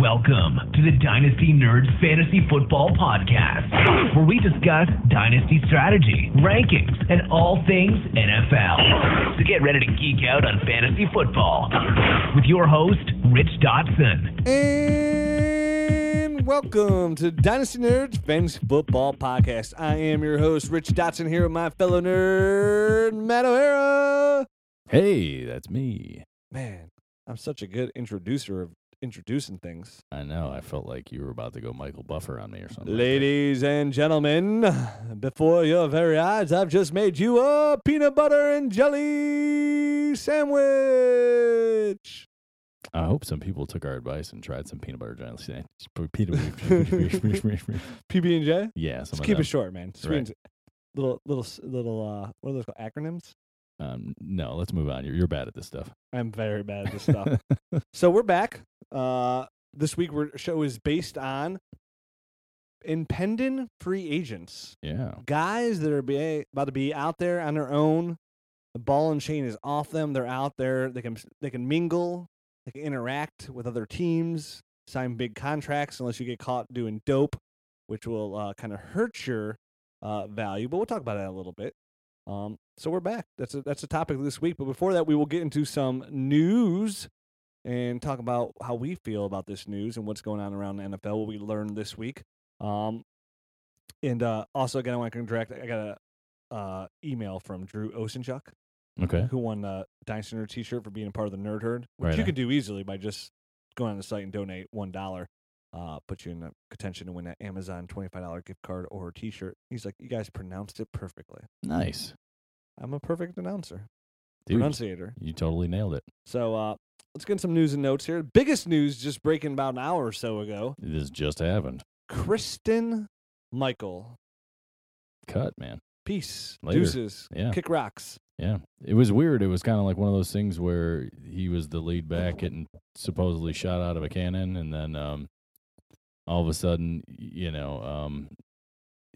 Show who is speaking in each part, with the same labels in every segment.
Speaker 1: Welcome to the Dynasty Nerds Fantasy Football Podcast, where we discuss dynasty strategy, rankings, and all things NFL. So get ready to geek out on fantasy football with your host, Rich Dotson.
Speaker 2: And welcome to Dynasty Nerds Fantasy Football Podcast. I am your host, Rich Dotson, here with my fellow nerd, Matt O'Hara.
Speaker 3: Hey, that's me.
Speaker 2: Man, I'm such a good introducer of introducing things.
Speaker 3: I know. I felt like you were about to go Michael Buffer on me or something.
Speaker 2: Ladies and gentlemen, before your very eyes, I've just made you a peanut butter and jelly sandwich.
Speaker 3: I hope some people took our advice and tried some peanut butter jelly sandwich. Peanut butter.
Speaker 2: PB and J.
Speaker 3: yeah, some
Speaker 2: Just
Speaker 3: of
Speaker 2: keep
Speaker 3: them.
Speaker 2: it short, man. Just
Speaker 3: Right.
Speaker 2: means- Little, little, s- little. Uh, what are those called? Acronyms.
Speaker 3: Um, no, let's move on. You're, you're bad at this stuff.
Speaker 2: I'm very bad at this stuff. So we're back. Uh, this week, our show is based on impending free agents,
Speaker 3: yeah.
Speaker 2: guys that are be, about to be out there on their own. The ball and chain is off them. They're out there. They can they can mingle. They can interact with other teams. Sign big contracts unless you get caught doing dope, which will uh, kind of hurt your uh, value. But we'll talk about that a little bit. Um, so we're back. That's a, that's the topic of this week. But before that, we will get into some news and talk about how we feel about this news and what's going on around the NFL, what we learned this week. Um, and uh, also, again, I want to direct. I got a uh, email from Drew Osenchuk,
Speaker 3: Okay.
Speaker 2: who won the Dynasty Nerd T-shirt for being a part of the Nerd Herd, which
Speaker 3: Right
Speaker 2: you
Speaker 3: on.
Speaker 2: can do easily by just going on the site and donate one dollar. Uh, put you in a contention to win that Amazon twenty-five dollar gift card or T-shirt. He's like, you guys pronounced it perfectly.
Speaker 3: Nice.
Speaker 2: I'm a perfect announcer,
Speaker 3: Dude,
Speaker 2: pronunciator.
Speaker 3: you totally nailed it.
Speaker 2: So uh, let's get some news and notes here. Biggest news just breaking about an hour or so ago.
Speaker 3: This just happened.
Speaker 2: Kristen Michael.
Speaker 3: Cut, man.
Speaker 2: Peace.
Speaker 3: Later.
Speaker 2: Deuces.
Speaker 3: Yeah.
Speaker 2: Kick rocks.
Speaker 3: Yeah. It was weird. It was kind of like one of those things where he was the lead back getting supposedly shot out of a cannon and then um all of a sudden, y- you know, um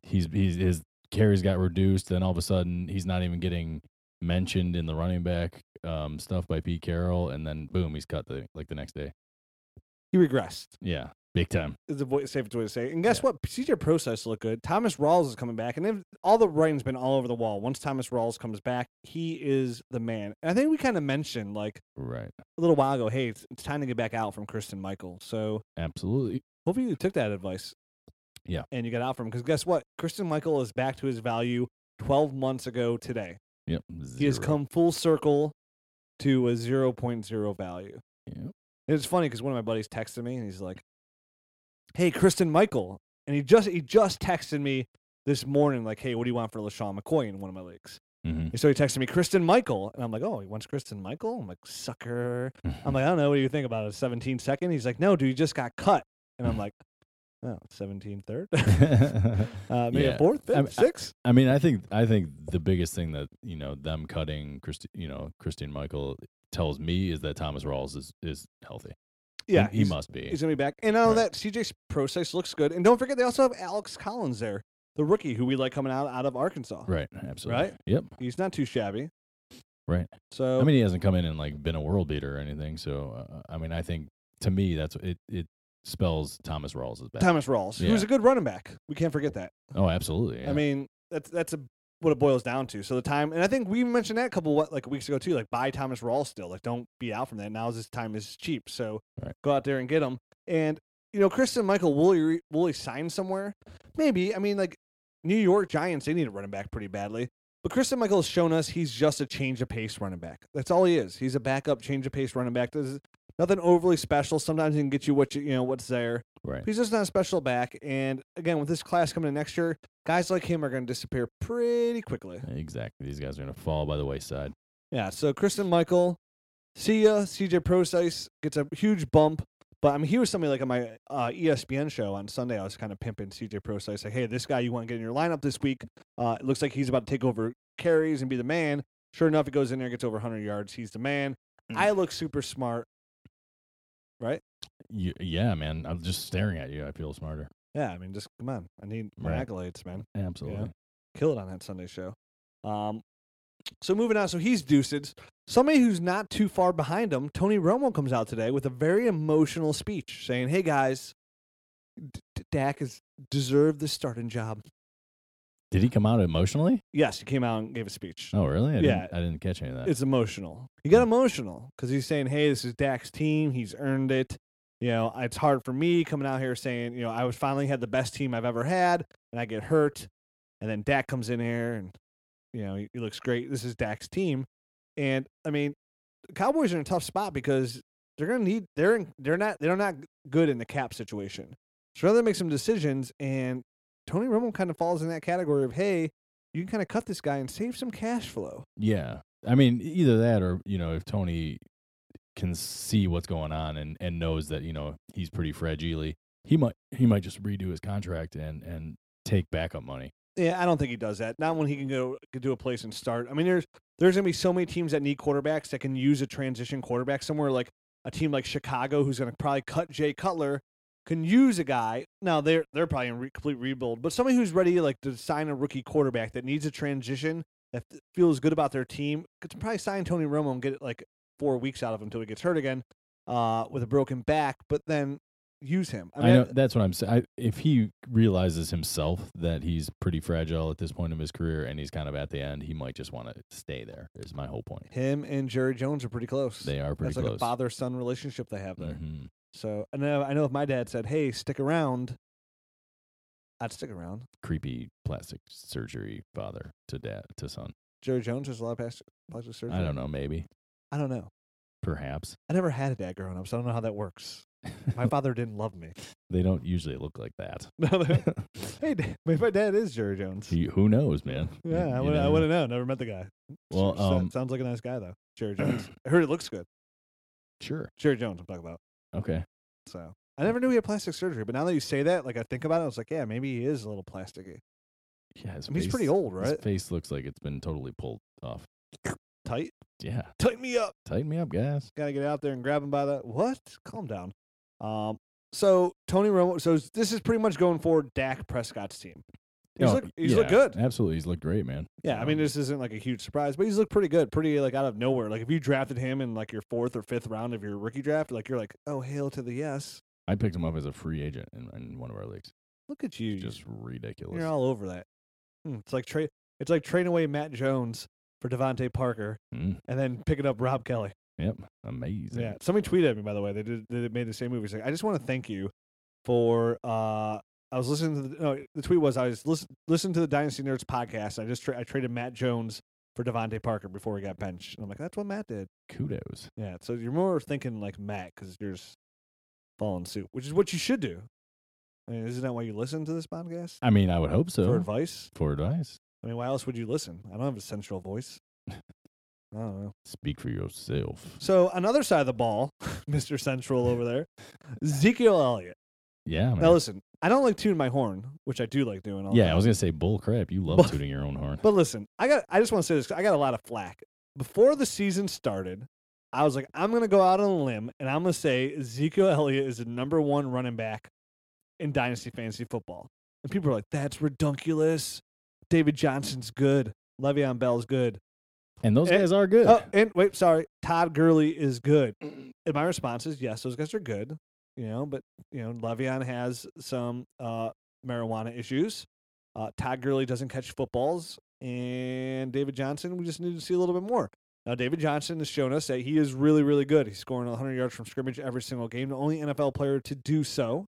Speaker 3: he's he's his carries got reduced, then all of a sudden he's not even getting mentioned in the running back um stuff by Pete Carroll and then boom, he's cut the like the next day.
Speaker 2: He regressed.
Speaker 3: Yeah. Big time.
Speaker 2: Is the vo- safest way to say. it. And guess
Speaker 3: Yeah.
Speaker 2: what? CJ Process looked good. Thomas Rawls is coming back, and if, all the writing's been all over the wall. Once Thomas Rawls comes back, he is the man. And I think we kind of mentioned like
Speaker 3: Right.
Speaker 2: a little while ago. Hey, it's, it's time to get back out from Kristen Michael. So
Speaker 3: Absolutely.
Speaker 2: Hopefully you took that advice.
Speaker 3: Yeah.
Speaker 2: And you got out from because guess what? Kristen Michael is back to his value 12 months ago today.
Speaker 3: Yep.
Speaker 2: He has
Speaker 3: Zero.
Speaker 2: come full circle to a 0.0 value.
Speaker 3: Yep.
Speaker 2: It's funny because one of my buddies texted me and he's like, "Hey, Kristen Michael," and he just he just texted me this morning like, "Hey, what do you want for LaShawn McCoy in one of my leagues?"
Speaker 3: Mhm.
Speaker 2: And so he texted me Kristen Michael, and I'm like, "Oh, he wants Kristen Michael." I'm like, "Sucker."
Speaker 3: Mm-hmm.
Speaker 2: I'm like, I don't know. What do you think about it? 17 second? He's like, no, dude, he just got cut. And I'm like, oh, 17 third? uh, maybe
Speaker 3: Yeah.
Speaker 2: a fourth, fifth,
Speaker 3: I'm- I-
Speaker 2: sixth?
Speaker 3: I mean, I think I think the biggest thing that you know them cutting Christi- you know Christine Michael tells me is that Thomas Rawls is is healthy. He-
Speaker 2: yeah.
Speaker 3: he,
Speaker 2: he's,
Speaker 3: must be.
Speaker 2: He's going to be back. And all
Speaker 3: Right.
Speaker 2: that, CJ Process looks good. And don't forget, they also have Alex Collins there, the rookie who we like coming out, out of Arkansas.
Speaker 3: right, absolutely.
Speaker 2: Right?
Speaker 3: Yep.
Speaker 2: He's not too shabby.
Speaker 3: Right.
Speaker 2: So,
Speaker 3: I mean, he hasn't come in and like been a world beater or anything. So uh, I mean, I think to me that's it. It spells Thomas Rawls is back.
Speaker 2: Thomas Rawls, who's
Speaker 3: Yeah.
Speaker 2: a good running back. We can't forget that.
Speaker 3: oh, absolutely.
Speaker 2: I
Speaker 3: yeah.
Speaker 2: mean, that's that's a what it boils down to. So the time, and I think we mentioned that a couple what like weeks ago too. Like buy Thomas Rawls still. Like don't be out from that. Now this time is cheap, so
Speaker 3: Right.
Speaker 2: go out there and get him. And you know, Kristen Michael will he, re- will he sign somewhere? Maybe. I mean, like New York Giants, they need a running back pretty badly. But Kristen Michael has shown us he's just a change of pace running back. That's all he is. He's a backup change of pace running back. There's nothing overly special. Sometimes he can get you what you you know what's there.
Speaker 3: right.
Speaker 2: He's just not a special back. And again, with this class coming in next year, guys like him are going to disappear pretty quickly.
Speaker 3: Exactly. These guys are gonna fall by the wayside.
Speaker 2: Yeah. So Kristen Michael, see ya. CJ Procise gets a huge bump. But I mean, he was somebody like on my uh, ESPN show on Sunday. I was kind of pimping CJ Procise, like, "Hey, this guy you want to get in your lineup this week? Uh, it looks like he's about to take over carries and be the man." Sure enough, he goes in there, gets over 100 yards. He's the man.
Speaker 3: Mm.
Speaker 2: I look super smart.
Speaker 3: You, yeah, man. I'm just staring at you. I feel smarter.
Speaker 2: Yeah, I mean, just come on. I need my
Speaker 3: Right.
Speaker 2: accolades, man.
Speaker 3: Absolutely.
Speaker 2: kill it on that Sunday show. Um, so moving on, so he's deuced. Somebody who's not too far behind him, Tony Romo comes out today with a very emotional speech saying, "Hey guys, D- D- Dak has deserved the starting job."
Speaker 3: Did he come out emotionally?
Speaker 2: Yes, he came out and gave a speech.
Speaker 3: Oh, really? I
Speaker 2: Yeah.
Speaker 3: Didn't, I didn't catch any of that.
Speaker 2: It's emotional. He got emotional because he's saying, "Hey, this is Dak's team. He's earned it." You know, it's hard for me coming out here saying, you know, I was finally had the best team I've ever had, and I get hurt, and then Dak comes in here and you know he, he looks great. This is Dak's team, and I mean, the Cowboys are in a tough spot because they're gonna need they're in, they're not they're not good in the cap situation. So rather make some decisions, and Tony Romo kind of falls in that category of, hey, you can kind of cut this guy and save some cash flow.
Speaker 3: yeah. I mean, e, either that or, you know, if Tony can see what's going on and, and knows that, you know, he's pretty fragile, he might he might just redo his contract and, and take backup money.
Speaker 2: Yeah, I don't think he does that. Not when he can go could do a place and start. I mean, there's there's gonna be so many teams that need quarterbacks that can use a transition quarterback somewhere like a team like Chicago, who's gonna probably cut Jay Cutler, can use a guy. Now they're they're probably in re- complete rebuild, but somebody who's ready like to sign a rookie quarterback that needs a transition that f- feels good about their team could probably sign Tony Romo and get like four weeks out of him until he gets hurt again uh, with a broken back, but then use him.
Speaker 3: I, know that's what I'm saying. If he realizes himself that he's pretty fragile at this point in his career and he's kind of at the end, he might just want to stay there. Is my whole point.
Speaker 2: him and Jerry Jones are pretty close.
Speaker 3: They are pretty
Speaker 2: That's like
Speaker 3: close.
Speaker 2: a father son relationship they have there.
Speaker 3: Mhm.
Speaker 2: So I know I know if my dad said, "Hey, stick around," I'd stick around.
Speaker 3: Creepy plastic surgery father to dad to son.
Speaker 2: Jerry Jones was a lot of plastic plastic surgery.
Speaker 3: I don't know. Maybe
Speaker 2: I don't know.
Speaker 3: perhaps
Speaker 2: I never had a dad growing up, so I don't know how that works. My father didn't love me.
Speaker 3: they don't usually look like that.
Speaker 2: No, they- hey, Dad- maybe my dad is Jerry Jones.
Speaker 3: You- who knows, man? You-
Speaker 2: yeah, I
Speaker 3: you
Speaker 2: wouldn't, I
Speaker 3: never-
Speaker 2: wouldn't know. Never met the guy.
Speaker 3: Well,
Speaker 2: So-
Speaker 3: um,
Speaker 2: sounds like a nice guy though. Jerry Jones. I heard it looks good.
Speaker 3: sure.
Speaker 2: Jerry Jones, I'm talking about.
Speaker 3: Okay.
Speaker 2: So I never knew he had plastic surgery, but now that you say that, like I think about it, I was like, yeah, maybe he is a little plasticky.
Speaker 3: Yeah, his
Speaker 2: I mean, he's
Speaker 3: face-
Speaker 2: pretty old, right?
Speaker 3: His face looks like it's been totally pulled off.
Speaker 2: Tight.
Speaker 3: Yeah,
Speaker 2: Tighten me up.
Speaker 3: tighten me up, guys.
Speaker 2: gotta get out there and grab him by the what? Calm down. Um, so Tony Romo. So s- this is pretty much going forward. Dak Prescott's team. He's
Speaker 3: Oh,
Speaker 2: look, he's looked
Speaker 3: yeah,
Speaker 2: good.
Speaker 3: Absolutely, he's looked great, man.
Speaker 2: Yeah, I mean
Speaker 3: Um,
Speaker 2: this isn't like a huge surprise, but he's looked pretty good, pretty like out of nowhere. Like if you drafted him in like your fourth or fifth round of your rookie draft, like you're like, oh hail to the yes.
Speaker 3: I picked him up as a free agent in, in one of our leagues.
Speaker 2: Look at you,
Speaker 3: It's just ridiculous.
Speaker 2: you're all over that. Hmm, It's like trade. It's like trading away Matt Jones for Devontae Parker
Speaker 3: Mm,
Speaker 2: and then picking up Rob Kelly.
Speaker 3: yep, amazing.
Speaker 2: Yeah, somebody tweeted at me by the way. They did. They made the same movie. It's like, I just want to thank you for. uh I was listening to the. No, the tweet was I was listen listening to the Dynasty Nerds podcast. And I just tra- I traded Matt Jones for Devontae Parker before he got benched, and I'm like, that's what Matt did.
Speaker 3: Kudos.
Speaker 2: Yeah. So you're more thinking like Matt because you're just following suit, which is what you should do. I mean, isn't that why you listen to this podcast
Speaker 3: I mean, I would hope so.
Speaker 2: for advice?
Speaker 3: For advice.
Speaker 2: I mean, why else would you listen? I don't have a central voice. I don't know.
Speaker 3: Speak for yourself.
Speaker 2: So another side of the ball, Mr. Central over there, Ezekiel Elliott.
Speaker 3: Yeah,
Speaker 2: Now
Speaker 3: man.
Speaker 2: listen, I don't like tuning my horn, which I do like doing. All the
Speaker 3: Yeah, I
Speaker 2: time.
Speaker 3: was gonna say bull crap. You love
Speaker 2: Bull-
Speaker 3: tooting your own horn.
Speaker 2: But listen, I got. I just want to say this. 'cause I got a lot of flack before the season started. I was like, I'm gonna go out on a limb and I'm gonna say Ezekiel Elliott is the number one running back in dynasty fantasy football. And people are like, that's redunculous. David Johnson's good. Le'Veon Bell's good.
Speaker 3: And those
Speaker 2: Eh,
Speaker 3: guys are good.
Speaker 2: Oh, and wait, sorry. Todd Gurley is good. And my response is yes, those guys are good. You know, but you know, Le'Veon has some uh, marijuana issues. Uh, Todd Gurley doesn't catch footballs, and David Johnson. We just need to see a little bit more. Now, David Johnson has shown us that he is really, really good. He's scoring 100 yards from scrimmage every single game. The only NFL player to do so.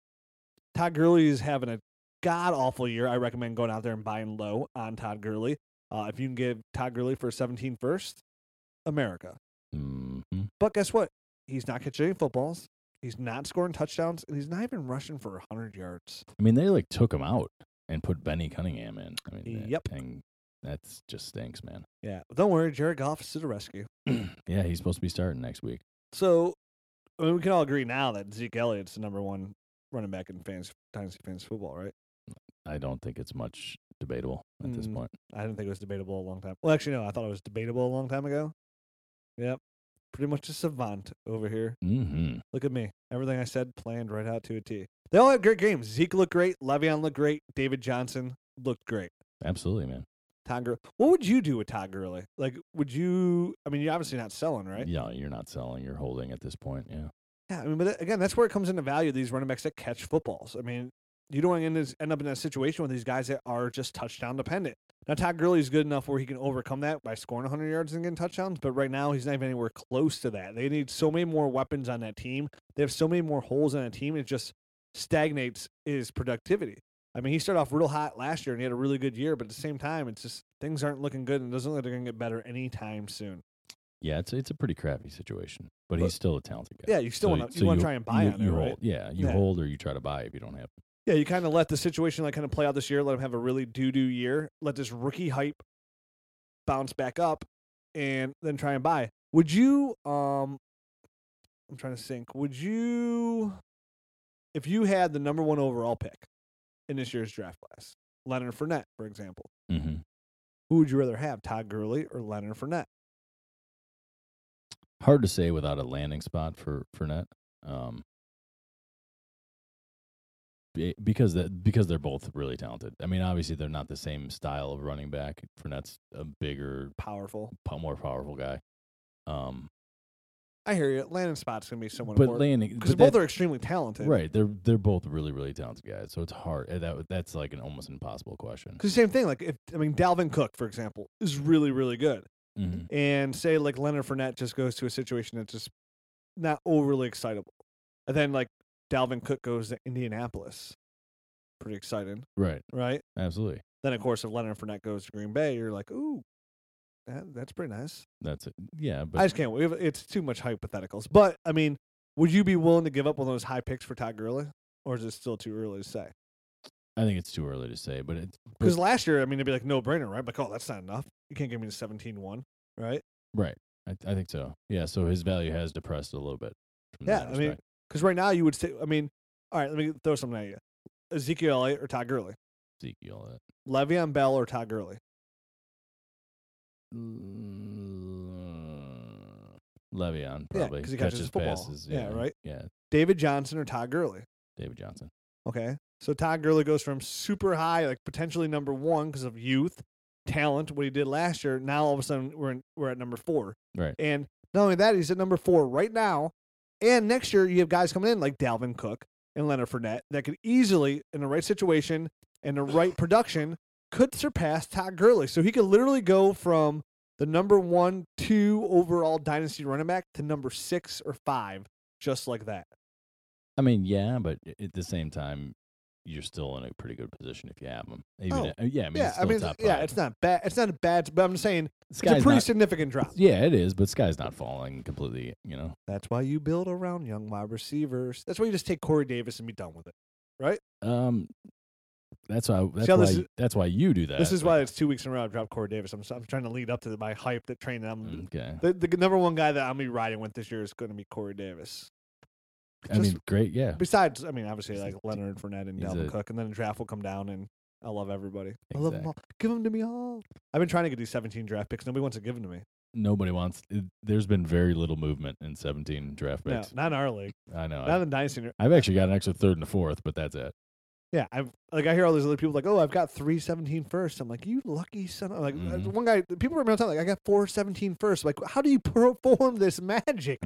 Speaker 2: Todd Gurley is having a god awful year. I recommend going out there and buying low on Todd Gurley. Uh, if you can give Todd Gurley for 17 first, America.
Speaker 3: Mhm.
Speaker 2: But guess what? He's not catching any footballs. He's not scoring touchdowns, and he's not even rushing for 100 yards.
Speaker 3: I mean, they like took him out and put Benny Cunningham in. I mean, that
Speaker 2: Yep.
Speaker 3: thing- that's just stinks, man.
Speaker 2: Yeah. Don't worry, Jared Goff is to the rescue.
Speaker 3: yeah, he's supposed to be starting next week.
Speaker 2: So, I mean, we can all agree now that Zeke Elliott's the number one running back in fantasy, fantasy, fantasy football, right?
Speaker 3: I don't think it's much debatable at this
Speaker 2: Mm.
Speaker 3: point.
Speaker 2: I didn't think it was debatable a long time. Well, actually, no, I thought it was debatable a long time ago. Yep. Pretty much a savant over here.
Speaker 3: hmm
Speaker 2: Look at me. Everything I said planned right out to a T. They all had great games. Zeke looked great. Le'Veon looked great. David Johnson looked great.
Speaker 3: Absolutely, man.
Speaker 2: Todd Gurley. What would you do with Todd Gurley? Like, would you? I mean, you're obviously not selling, right?
Speaker 3: Yeah, you're not selling. You're holding at this point. Yeah.
Speaker 2: Yeah, I mean, but that- again, that's where it comes into value. These running backs that catch footballs. I mean, you don't want to end, this- end up in that situation with these guys that are just touchdown dependent. Now, Todd Gurley is good enough where he can overcome that by scoring 100 yards and getting touchdowns. But right now, he's not even anywhere close to that. They need so many more weapons on that team. They have so many more holes on that team. It just stagnates his productivity. I mean, he started off real hot last year and he had a really good year. But at the same time, it's just things aren't looking good and it doesn't look like they're going to get better anytime soon.
Speaker 3: Yeah, it's it's a pretty crappy situation, but,
Speaker 2: But-
Speaker 3: he's still a talented guy.
Speaker 2: Yeah, you still want to you want to try and buy
Speaker 3: you,
Speaker 2: on it,
Speaker 3: you
Speaker 2: right?
Speaker 3: hold, Yeah, you
Speaker 2: Yeah.
Speaker 3: hold or you try to buy if you don't have.
Speaker 2: Yeah, you kind of let the situation like kind of play out this year. Let him have a really doo doo year. Let this rookie hype bounce back up, and then try and buy. Would you? Um, I'm trying to think. Would you, if you had the number one overall pick in this year's draft class, Leonard Fournette, for example,
Speaker 3: Mm-hmm.
Speaker 2: who would you rather have, Todd Gurley or Leonard Fournette?
Speaker 3: Hard to say without a landing spot for Fournette, um, be- because that because they're both really talented. I mean, obviously they're not the same style of running back. Fournette's a bigger,
Speaker 2: Powerful.
Speaker 3: po- more powerful guy. Um,
Speaker 2: I hear you. Landon spot's gonna be somewhat
Speaker 3: but
Speaker 2: important
Speaker 3: landing
Speaker 2: because
Speaker 3: but
Speaker 2: both
Speaker 3: that-
Speaker 2: are extremely talented.
Speaker 3: right. They're they're both really really talented guys. So it's hard. uh, That that's like an almost impossible question.
Speaker 2: Because same thing. Like if I mean Dalvin Cook, for example, is really really good.
Speaker 3: Mm-hmm.
Speaker 2: and say like Leonard Fournette just goes to a situation that's just not overly excitable, and then like Dalvin Cook goes to Indianapolis, pretty exciting,
Speaker 3: Right.
Speaker 2: right?
Speaker 3: Absolutely.
Speaker 2: Then of course if Leonard Fournette goes to Green Bay, you're like, ooh, that, that's pretty nice.
Speaker 3: That's it. Yeah, but
Speaker 2: I just can't. wait. It's too much hypotheticals. But I mean, would you be willing to give up one of those high picks for Todd Gurley, or is it still too early to say?
Speaker 3: I think it's too early to say, but it's but-
Speaker 2: Because last year, I mean, it'd be like no brainer, right? Like, oh, that's not enough. You can't give me the 17-1, right?
Speaker 3: right. I, I think so. Yeah. So his value has depressed a little bit. From
Speaker 2: Yeah,
Speaker 3: that
Speaker 2: I mean,
Speaker 3: respect.
Speaker 2: Because right now you would say, I mean, all right, let me throw something at you: Ezekiel Elliott or Todd Gurley,
Speaker 3: Ezekiel. uh,
Speaker 2: Le'Veon Bell or Todd Gurley. Mm.
Speaker 3: Le'Veon probably
Speaker 2: 'cause he catches
Speaker 3: catches,
Speaker 2: football.
Speaker 3: passes.
Speaker 2: Yeah, right?
Speaker 3: Yeah,
Speaker 2: David Johnson or Todd Gurley.
Speaker 3: David Johnson.
Speaker 2: Okay, so Todd Gurley goes from super high, like potentially number one because of youth, talent, what he did last year. Now all of a sudden we're in, we're at number four,
Speaker 3: Right.
Speaker 2: and not only that, he's at number four right now. And next year you have guys coming in like Dalvin Cook and Leonard Fournette that could easily, in the right situation and the right production, could surpass Todd Gurley. So he could literally go from the number one, two overall dynasty running back to number six or five, just like that.
Speaker 3: I mean, yeah, but i- at the same time, you're still in a pretty good position if you have him. Even
Speaker 2: Oh,
Speaker 3: if- uh, yeah, I mean,
Speaker 2: yeah,
Speaker 3: it's
Speaker 2: I
Speaker 3: still
Speaker 2: mean,
Speaker 3: top
Speaker 2: yeah,
Speaker 3: five.
Speaker 2: it's not bad. It's not a bad, but I'm saying
Speaker 3: This
Speaker 2: it's a
Speaker 3: guy's
Speaker 2: pretty
Speaker 3: not-
Speaker 2: significant drop.
Speaker 3: yeah, it is, but Sky's not falling completely. You know,
Speaker 2: That's why you build around young wide receivers. That's why you just take Corey Davis and be done with it.
Speaker 3: um, that's why. That's
Speaker 2: how
Speaker 3: why.
Speaker 2: this is-
Speaker 3: that's why you do that.
Speaker 2: this is
Speaker 3: but-
Speaker 2: why it's two weeks in a row I dropped Corey Davis. I'm, s- I'm trying to lead up to my hype that train that I'm.
Speaker 3: Okay.
Speaker 2: The, the number one guy that I'm gonna be riding with this year is going to be Corey Davis.
Speaker 3: I
Speaker 2: just-
Speaker 3: mean, great. Yeah.
Speaker 2: Besides, I mean, obviously
Speaker 3: He's a
Speaker 2: like
Speaker 3: d-
Speaker 2: Leonard Fournette and
Speaker 3: he's
Speaker 2: Dalvin
Speaker 3: a-
Speaker 2: Cook, and then the draft will come down, and I love everybody. I love them
Speaker 3: Exact-
Speaker 2: all. Give them to me all. I've been trying to get these 17 draft picks. Nobody wants to give them to me.
Speaker 3: Nobody wants. it- There's been very little movement in 17 draft
Speaker 2: No,
Speaker 3: picks.
Speaker 2: not in our league.
Speaker 3: I know.
Speaker 2: Not
Speaker 3: I've,
Speaker 2: in dynasty.
Speaker 3: I've actually got an extra third and a fourth, but that's it.
Speaker 2: Yeah, I've like I hear all these other people like, oh, I've got three 17 first. I'm like, you lucky son. Of, like uh,
Speaker 3: Mhm.
Speaker 2: one guy, people remember telling like I got four 17 first. Like, how do you perform this magic?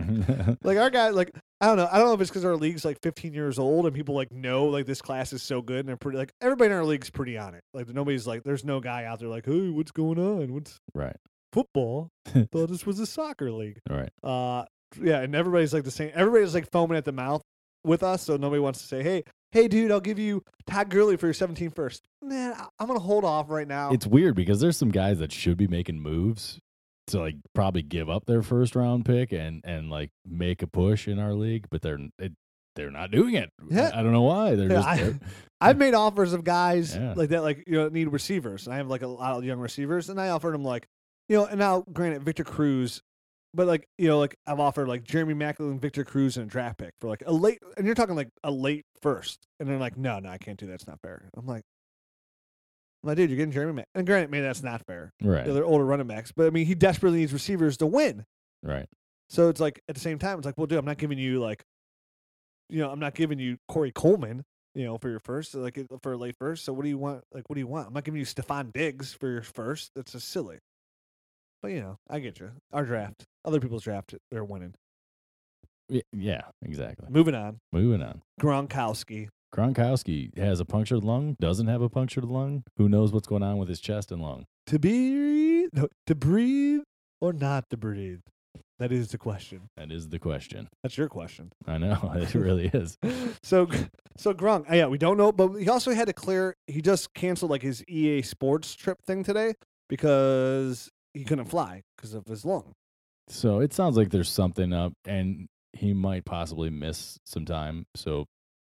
Speaker 2: Like our guy, like I don't know, I don't know if it's because our league's like 15 years old and people like know like this class is so good and they're pretty like everybody in our league's pretty on it. Like nobody's like, there's no guy out there like, hey, what's going on? What's
Speaker 3: right.
Speaker 2: football? Thought this was a soccer league.
Speaker 3: All right.
Speaker 2: Uh, yeah, and everybody's like the same. Everybody's like foaming at the mouth with us, so nobody wants to say, "Hey, hey, dude, I'll give you Todd Gurley for your 17 first." Nah, I- I'm gonna hold off right now.
Speaker 3: It's weird because there's some guys that should be making moves to like probably give up their first round pick and and like make a push in our league, but they're it, they're not doing it.
Speaker 2: Yeah.
Speaker 3: I don't know why. They're
Speaker 2: Yeah,
Speaker 3: just
Speaker 2: I-
Speaker 3: they're-
Speaker 2: I've made offers of guys
Speaker 3: Yeah.
Speaker 2: like that, like you know, need receivers, and I have like a lot of young receivers, and I offered them like, you know, and now granted Victor Cruz, but like you know, like I've offered like Jeremy Macklin, Victor Cruz, and a draft pick for like a late, and you're talking like a late first, and they're like, no, no, I can't do that. It's not fair. I'm like. My dude, you're getting Jeremy. Mac- and granted, maybe that's not fair.
Speaker 3: right.
Speaker 2: the other older running backs. But I mean, he desperately needs receivers to win.
Speaker 3: right.
Speaker 2: So it's like at the same time, it's like, well, dude, I'm not giving you like, you know, I'm not giving you Corey Coleman. you know, for your first, like it- for a late first. So what do you want? Like, what do you want? I'm not giving you Stefan Diggs for your first. That's just silly. But you know, I get you. Our draft, other people's draft, they're winning.
Speaker 3: Y- Yeah, exactly.
Speaker 2: Moving on,
Speaker 3: Moving on.
Speaker 2: Gronkowski.
Speaker 3: Gronkowski has a punctured lung, doesn't have a punctured lung. Who knows what's going on with his chest and lung?
Speaker 2: To be, no, to breathe or not to breathe. That is the question.
Speaker 3: That is the question.
Speaker 2: That's your question.
Speaker 3: I know it really is.
Speaker 2: So, Gr- so Gronk. uh, Yeah, we don't know, but he also had to clear. He just canceled like his EA Sports trip thing today because he couldn't fly because of his lung.
Speaker 3: So it sounds like there's something up, and he might possibly miss some time. So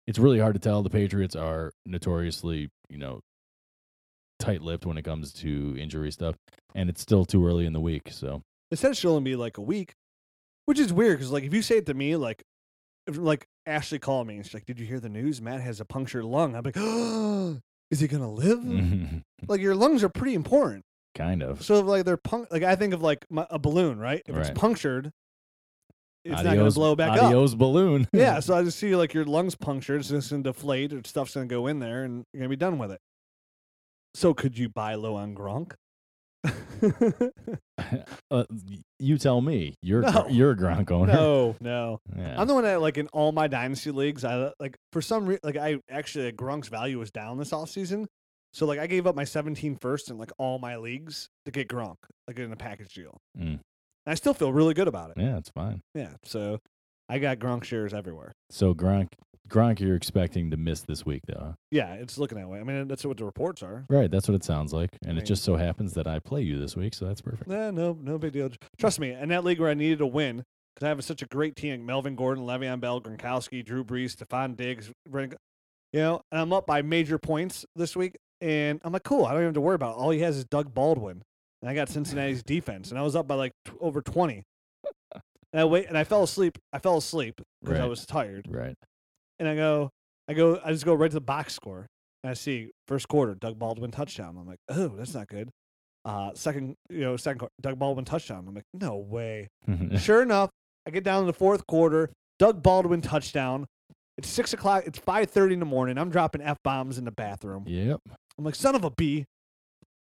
Speaker 3: it's really hard to tell. The Patriots are notoriously, you know, tight-lipped when it comes to injury stuff, and it's still too early in the week. So
Speaker 2: It said it should only be like a week, which is weird because like if you say it to me, like if, like Ashley called me and she's like, "Did you hear the news? Matt has a punctured lung." I'm like, "Is he gonna live?"
Speaker 3: Mm-hmm.
Speaker 2: Like your lungs are pretty important.
Speaker 3: kind of.
Speaker 2: Hmm. So if, like they're punk. Like I think of like my, a balloon, right? If
Speaker 3: Right.
Speaker 2: it's punctured, it's
Speaker 3: adios,
Speaker 2: not gonna blow back up.
Speaker 3: adios balloon.
Speaker 2: yeah, so I just see like your lungs punctured, it's just gonna deflate, or stuff's gonna go in there, and you're gonna be done with it. So could you buy low on Gronk?
Speaker 3: uh, y- you tell me. You're a Gr-
Speaker 2: No.
Speaker 3: you're a Gronk owner.
Speaker 2: no, no.
Speaker 3: Yeah.
Speaker 2: I'm the one that like in all my dynasty leagues, I like for some reason, like I actually like, Gronk's value was down this offseason. So like I gave up my 17 first in like all my leagues to get Gronk, like in a package deal.
Speaker 3: Mm.
Speaker 2: And I still feel really good about it.
Speaker 3: yeah, it's fine.
Speaker 2: Yeah. So I got Gronk shares everywhere.
Speaker 3: So Gronk, Gronk, you're expecting to miss this week, though. huh?
Speaker 2: Yeah, it's looking that way. I mean, that's what the reports are.
Speaker 3: Right, that's what it sounds like, and it
Speaker 2: Right.
Speaker 3: just so happens that I play you this week, so that's perfect.
Speaker 2: Nah, no, no big deal. Trust me, in that league where I needed a win, because I have such a great team: Melvin Gordon, Le'Veon Bell, Gronkowski, Drew Brees, Stephon Diggs. Ren- You know, and I'm up by major points this week, and I'm like, cool. I don't even have to worry about. It. All he has is Doug Baldwin, and I got Cincinnati's defense, and I was up by like t- over twenty. And I wait, and I fell asleep. I fell asleep because I
Speaker 3: Right.
Speaker 2: was tired,
Speaker 3: Right.
Speaker 2: and I go, I go, I just go right to the box score, and I see first quarter Doug Baldwin touchdown. I'm like, oh, that's not good. Uh, second, you know, second quarter Doug Baldwin touchdown. I'm like, no way.
Speaker 3: Mm-hmm.
Speaker 2: sure enough, I get down to the fourth quarter, Doug Baldwin touchdown. It's six o'clock. It's five thirty in the morning. I'm dropping f bombs in the bathroom.
Speaker 3: yep.
Speaker 2: I'm like, son of a b,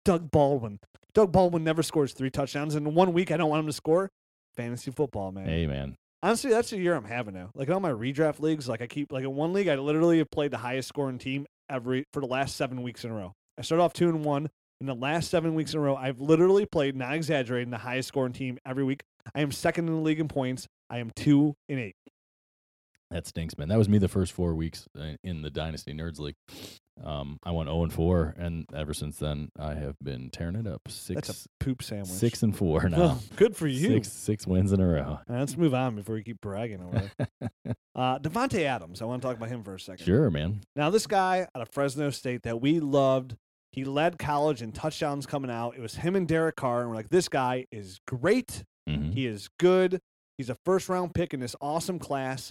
Speaker 2: Doug Baldwin. Doug Baldwin never scores three touchdowns in one week. I don't want him to score. Fantasy football, man.
Speaker 3: Hey, man.
Speaker 2: Honestly, that's the year I'm having now. Like in all my redraft leagues, like I keep like in one league, I literally have played the highest scoring team every for the last seven weeks in a row. I started off two and one. In the last seven weeks in a row, I've literally played, not exaggerating, the highest scoring team every week. I am second in the league in points. I am two and eight.
Speaker 3: That stinks, man. That was me the first four weeks uh, in the Dynasty Nerds League. Um, I went 0 and 4, and ever since then, I have been tearing it up.
Speaker 2: That's
Speaker 3: Six,
Speaker 2: a poop sandwich.
Speaker 3: six and four now.
Speaker 2: Oh, good for you.
Speaker 3: six, six wins in a row.
Speaker 2: All right, let's move on before we keep bragging over. it. uh, Devonte Adams. I want to talk about him for a second.
Speaker 3: Sure, man.
Speaker 2: Now, this guy out of Fresno State that we loved, he led college in touchdowns coming out. It was him and Derek Carr, and we're like, this guy is great.
Speaker 3: hmm
Speaker 2: He is good. He's a first round pick in this awesome class.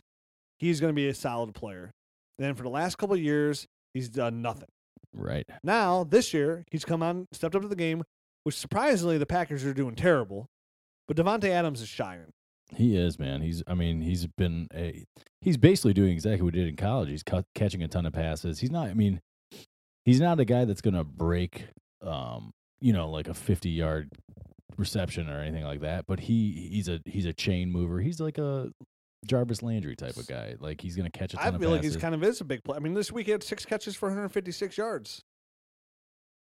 Speaker 2: He's going to be a solid player. Then for the last couple of years, he's done nothing.
Speaker 3: Right.
Speaker 2: Now, this year, he's come on, stepped up to the game, which surprisingly, the Packers are doing terrible. But Devontae Adams is shining.
Speaker 3: He is, man. He's, I mean, he's been a, he's basically doing exactly what he did in college. He's cu- catching a ton of passes. He's not, I mean, he's not a guy that's going to break, um, you know, like a 50 yard reception or anything like that, but he, he's a, he's a chain mover. He's like a Jarvis Landry type of guy. Like he's going to catch a ton
Speaker 2: I
Speaker 3: of
Speaker 2: feel like
Speaker 3: passes.
Speaker 2: he's kind of is a big play. I mean, this week he had six catches for 156 yards.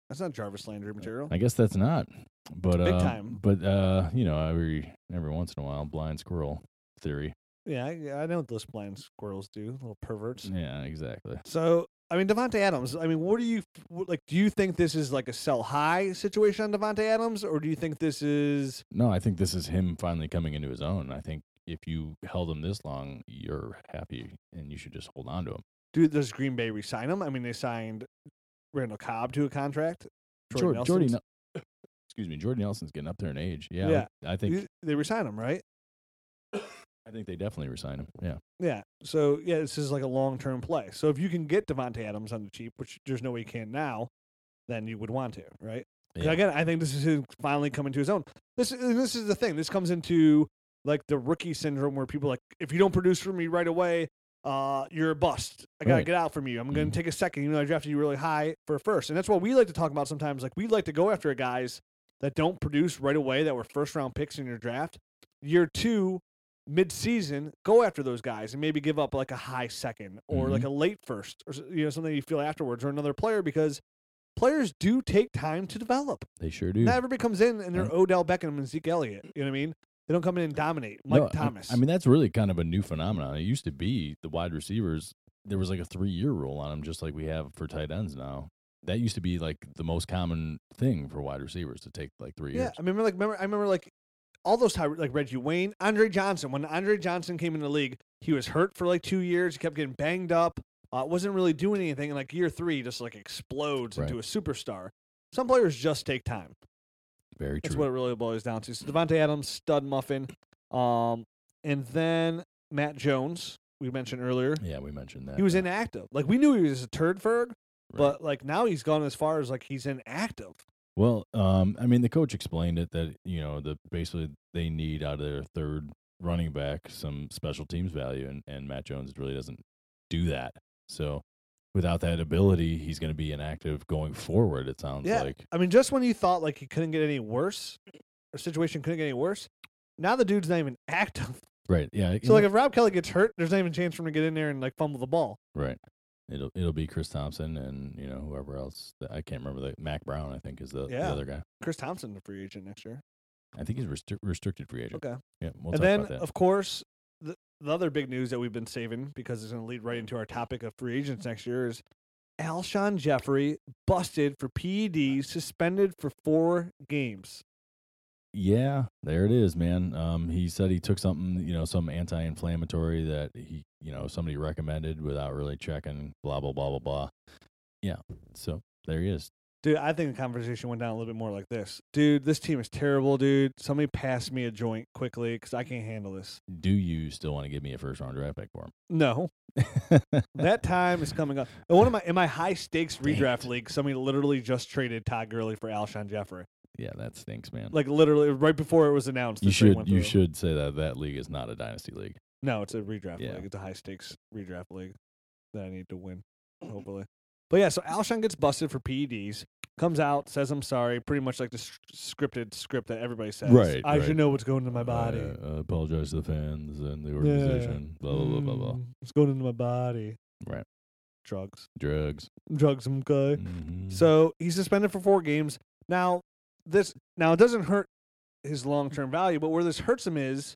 Speaker 2: That's not Jarvis Landry material.
Speaker 3: I guess that's not, but,
Speaker 2: Big
Speaker 3: uh,
Speaker 2: time.
Speaker 3: but, uh, you know, every, every once in a while, blind squirrel theory.
Speaker 2: Yeah, I, I know what those blind squirrels do, little perverts.
Speaker 3: Yeah, exactly.
Speaker 2: So, I mean, Devonte Adams. I mean, what do you what, like? Do you think this is like a sell high situation on Devonte Adams, or do you think this is
Speaker 3: No, I think this is him finally coming into his own. I think if you held him this long, you're happy and you should just hold on to him.
Speaker 2: do does Green Bay resign him? I mean, they signed Randall Cobb to a contract. Jordy
Speaker 3: Jor- Jordy,
Speaker 2: Nelson's-
Speaker 3: Nel- excuse me, Jordy Nelson's getting up there in age. Yeah, I
Speaker 2: Yeah.
Speaker 3: would- I think
Speaker 2: you- they resign him, right?
Speaker 3: I think they definitely resign him. Yeah,
Speaker 2: Yeah. So yeah, this is like a long term play. So if you can get Devonte Adams on the cheap, which there's no way you can now, then you would want to, right? 'Cause
Speaker 3: Yeah.
Speaker 2: Again, I think this is him finally coming to his own. This is- this is the thing. This comes into like the rookie syndrome where people are like if you don't produce for me right away, uh, you're a bust. I gotta
Speaker 3: Right.
Speaker 2: get out from you. I'm gonna
Speaker 3: Mhm.
Speaker 2: take a second, even though I drafted you really high for a first. And that's what we like to talk about sometimes. Like we like to go after guys that don't produce right away that were first round picks in your draft. Year two, mid season, go after those guys and maybe give up like a high second or like a late first or s- you know something you feel afterwards or another player because players do take time to develop.
Speaker 3: They sure do.
Speaker 2: Not everybody comes in and they're
Speaker 3: Right.
Speaker 2: Odell Beckham and Zeke Elliott. You know what I mean? They don't come in and dominate. Mike
Speaker 3: No, I-
Speaker 2: Thomas.
Speaker 3: I, mean, that's really kind of a new phenomenon. It used to be the wide receivers, there was like a three year rule on them, just like we have for tight ends now. That used to be like the most common thing for wide receivers to take like three
Speaker 2: Yeah,
Speaker 3: years.
Speaker 2: I remember like remember I remember like all those high like Reggie Wayne, Andre Johnson. When Andre Johnson came in the league, he was hurt for like two years. He kept getting banged up. Uh, wasn't really doing anything. And like year three, he just like explodes into a
Speaker 3: Right.
Speaker 2: superstar. Some players just take time.
Speaker 3: Very
Speaker 2: That's
Speaker 3: true.
Speaker 2: what it really boils down to. So Devontae Adams, stud muffin, um, and then Matt Jones. We mentioned earlier
Speaker 3: yeah, we mentioned that.
Speaker 2: he was
Speaker 3: yeah.
Speaker 2: inactive. Like we knew he was a turd ferg,
Speaker 3: Right.
Speaker 2: but like now he's gone as far as like he's inactive.
Speaker 3: Well, um, I mean, the coach explained it that you know the basically they need out of their third running back some special teams value, and, and Matt Jones really doesn't do that. So without that ability, he's going to be inactive going forward. It sounds
Speaker 2: Yeah.
Speaker 3: like
Speaker 2: I mean, just when you thought like he couldn't get any worse, or situation couldn't get any worse, now the dude's not even active.
Speaker 3: right, yeah. you
Speaker 2: So like,
Speaker 3: know-
Speaker 2: if Rob Kelly gets hurt, there's not even a chance for him to get in there and like fumble the ball.
Speaker 3: right, it'll it'll be Chris Thompson and you know whoever else. that- I can't remember the Mac Brown. I think is the,
Speaker 2: Yeah.
Speaker 3: the other guy.
Speaker 2: Chris Thompson, a free agent next year.
Speaker 3: I think he's restric- restricted free agent.
Speaker 2: Okay,
Speaker 3: Yeah, we'll
Speaker 2: and
Speaker 3: talk
Speaker 2: then
Speaker 3: about that.
Speaker 2: of course the, the other big news that we've been saving because it's going to lead right into our topic of free agents next year is Alshon Jeffrey busted for PEDs, suspended for four games.
Speaker 3: Yeah, there it is, man. Um, he said he took something, you know, some anti-inflammatory that he, you know, somebody recommended without really checking. Blah blah blah blah blah. Yeah. So there he is.
Speaker 2: Dude, I think the conversation went down a little bit more like this. Dude, this team is terrible, dude. Somebody pass me a joint quickly because I can't handle this.
Speaker 3: Do you still want to give me a first-round draft pick for
Speaker 2: No,
Speaker 3: him?
Speaker 2: that time is coming up. In one of my in my high stakes
Speaker 3: Dang it.
Speaker 2: redraft league, somebody literally just traded Todd Gurley for Alshon Jeffrey.
Speaker 3: yeah, that stinks, man.
Speaker 2: Like literally right before it was announced.
Speaker 3: you
Speaker 2: this thing
Speaker 3: should
Speaker 2: went
Speaker 3: you
Speaker 2: through.
Speaker 3: should say that that league is not a dynasty league.
Speaker 2: No, it's a redraft
Speaker 3: Yeah.
Speaker 2: league. It's a high stakes redraft league that I need to win, hopefully. But yeah, so Alshon gets busted for PEDs, comes out, says I'm sorry, pretty much like the s- scripted script that everybody says.
Speaker 3: Right,
Speaker 2: I should
Speaker 3: right.
Speaker 2: know what's going into my body.
Speaker 3: Uh, I apologize to the fans and the organization. Blah blah blah blah blah.
Speaker 2: Mm, It's going into my body.
Speaker 3: Right.
Speaker 2: Drugs.
Speaker 3: Drugs.
Speaker 2: Drugs, okay.
Speaker 3: Mhm.
Speaker 2: So he's suspended for four games. Now, this now it doesn't hurt his long term value, but where this hurts him is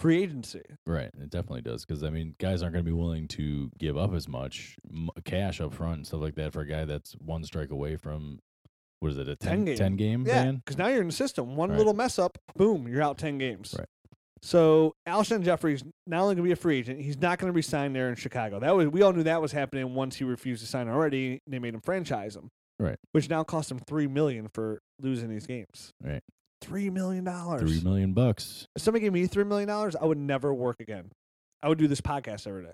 Speaker 2: free agency.
Speaker 3: Right, it definitely does because I mean, guys aren't going to be willing to give up as much m- cash up front and stuff like that for a guy that's one strike away from what is it a
Speaker 2: 10
Speaker 3: 10,
Speaker 2: game.
Speaker 3: 10 game
Speaker 2: Yeah,
Speaker 3: ban?
Speaker 2: because now you're in the system. One
Speaker 3: Right.
Speaker 2: little mess up, boom, you're out ten games.
Speaker 3: Right.
Speaker 2: So Alshon Jeffrey's not only going to be a free agent, he's not going to resign there in Chicago. That was we all knew that was happening once he refused to sign already. They made him franchise him,
Speaker 3: Right.
Speaker 2: Which now cost him three million for losing these games.
Speaker 3: Right.
Speaker 2: Three million
Speaker 3: Three
Speaker 2: dollars.
Speaker 3: million bucks.
Speaker 2: If somebody gave me three million dollars, I would never work again. I would do this podcast every day.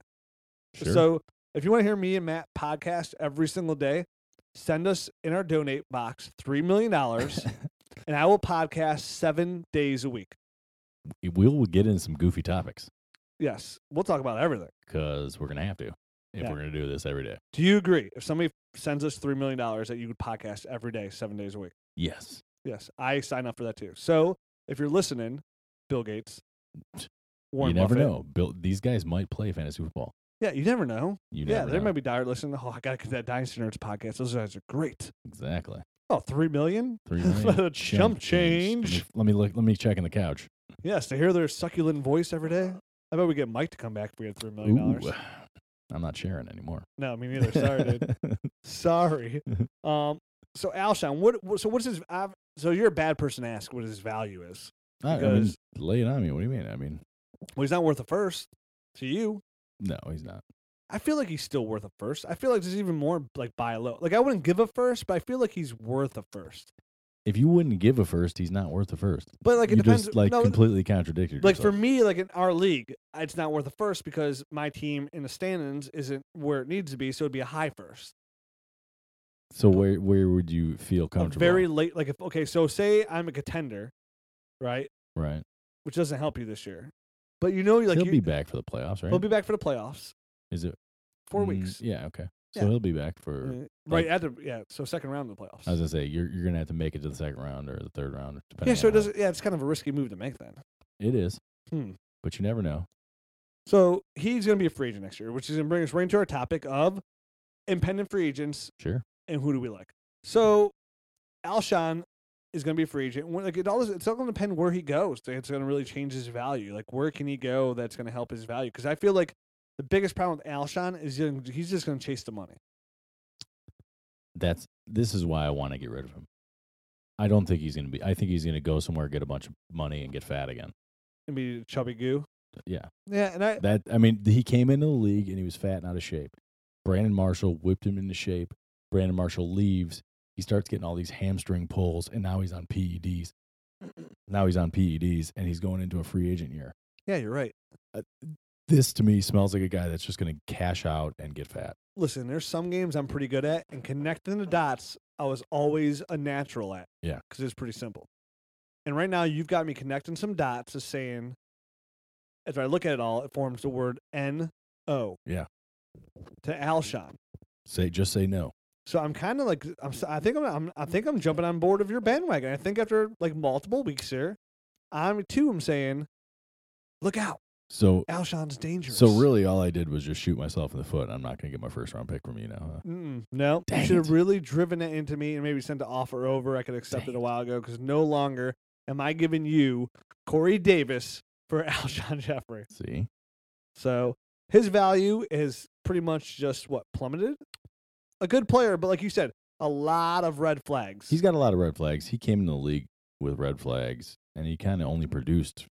Speaker 3: Sure.
Speaker 2: So if you want to hear me and Matt podcast every single day, send us in our donate box three million dollars, and I will podcast seven days a week.
Speaker 3: we'll get into some goofy topics
Speaker 2: Yes, we'll talk about everything.
Speaker 3: because we're going to have to if
Speaker 2: Yeah.
Speaker 3: we're going to do this every day.
Speaker 2: Do you agree? If somebody sends us three million dollars, that you would podcast every day, seven days a week.
Speaker 3: Yes.
Speaker 2: Yes, I sign up for that too. So if you're listening, Bill Gates, Warren
Speaker 3: you never
Speaker 2: Buffett-
Speaker 3: know. Bill, these guys might play fantasy football.
Speaker 2: Yeah, you never know.
Speaker 3: You
Speaker 2: yeah,
Speaker 3: never
Speaker 2: there
Speaker 3: know.
Speaker 2: might be dire listening. Oh, I gotta get that Dynasty Nerds podcast. Those guys are great.
Speaker 3: exactly
Speaker 2: Oh, three million?
Speaker 3: three million.
Speaker 2: Jump change.
Speaker 3: Let me, let me look. Let me check in the couch.
Speaker 2: Yes, to hear their succulent voice every day. I bet we get Mike to come back if we had three million dollars.
Speaker 3: Ooh, I'm not sharing anymore.
Speaker 2: No, me neither. Sorry, dude. Sorry. Um. So Alshon, what? what- So what's his? I've, so you're a bad person to ask what his value is.
Speaker 3: I, I mean,
Speaker 2: Because-
Speaker 3: lay it on me. What do you mean? I mean,
Speaker 2: Well, he's not worth a first to you.
Speaker 3: no, he's not.
Speaker 2: I feel like he's still worth a first. I feel like there's even more like buy low. Like I wouldn't give a first, but I feel like he's worth a first.
Speaker 3: If you wouldn't give a first, he's not worth a first.
Speaker 2: But like it
Speaker 3: you
Speaker 2: depends.
Speaker 3: just like
Speaker 2: no,
Speaker 3: completely contradicted.
Speaker 2: like for
Speaker 3: yourself.
Speaker 2: me, like in our league, it's not worth a first because my team in the standings isn't where it needs to be. So it'd be a high first.
Speaker 3: So where where would you feel
Speaker 2: a
Speaker 3: comfortable?
Speaker 2: very late like if okay so say i'm a contender right
Speaker 3: right.
Speaker 2: which doesn't help you this year but you know like
Speaker 3: He'll
Speaker 2: you,
Speaker 3: be back for the playoffs, right?
Speaker 2: he'll be back for the playoffs
Speaker 3: Is it
Speaker 2: Four
Speaker 3: Mm,
Speaker 2: weeks.
Speaker 3: Yeah. Okay. So
Speaker 2: Yeah.
Speaker 3: he'll be back for.
Speaker 2: Uh, right
Speaker 3: like-
Speaker 2: at the yeah, so second round of the playoffs.
Speaker 3: I was gonna say you're you're gonna have to make it to the second round or the third round. Depending
Speaker 2: yeah, so
Speaker 3: on
Speaker 2: it
Speaker 3: how-
Speaker 2: doesn't. Yeah, it's kind of a risky move to make then.
Speaker 3: It is.
Speaker 2: Hmm.
Speaker 3: But you never know.
Speaker 2: So he's going to be a free agent next year, which is going to bring us right into our topic of impending free agents
Speaker 3: Sure.
Speaker 2: and who do we like. So Alshon is going to be a free agent. When- Like it all is, it's all going to depend where he goes. It's going to really change his value. Like where can he go that's going to help his value? Because I feel like the biggest problem with Alshon is he- he's just going to chase the money.
Speaker 3: That's this is why I want to get rid of him. I don't think he's gonna be. I think he's gonna go somewhere, get a bunch of money, and get fat again.
Speaker 2: And be chubby goo.
Speaker 3: Yeah.
Speaker 2: Yeah, and I
Speaker 3: That I mean, he came into the league and he was fat and out of shape. Brandon Marshall whipped him into shape. Brandon Marshall leaves. He starts getting all these hamstring pulls, and now he's on PEDs. Now he's on PEDs, and he's going into a free agent year.
Speaker 2: yeah, you're right.
Speaker 3: This to me smells like a guy that's just going to cash out and get fat.
Speaker 2: listen, there's some games I'm pretty good at, and connecting the dots, I was always a natural at.
Speaker 3: Yeah.
Speaker 2: Because it's pretty simple. And right now, you've got me connecting some dots as saying, as I look at it all, it forms the word N O.
Speaker 3: Yeah.
Speaker 2: To Alshon.
Speaker 3: Say just say no.
Speaker 2: So I'm kind of like I'm. s- I think I'm, I'm. I think I'm jumping on board of your bandwagon. I think after like multiple weeks here, I'm too. I'm saying, look out,
Speaker 3: So
Speaker 2: Alshon's dangerous.
Speaker 3: so really, all I did was just shoot myself in the foot. I'm not going to get my first round pick from you now. huh?
Speaker 2: Mm-mm, no,
Speaker 3: Dang
Speaker 2: you should have
Speaker 3: it.
Speaker 2: really driven it into me and maybe sent the offer over. I could accept it
Speaker 3: Dang
Speaker 2: a while ago because no longer am I giving you Corey Davis for Alshon Jeffrey.
Speaker 3: See,
Speaker 2: So his value is pretty much just what plummeted. A good player, but like you said, a lot of red flags.
Speaker 3: he's got a lot of red flags. He came in the league with red flags, and he kind of only produced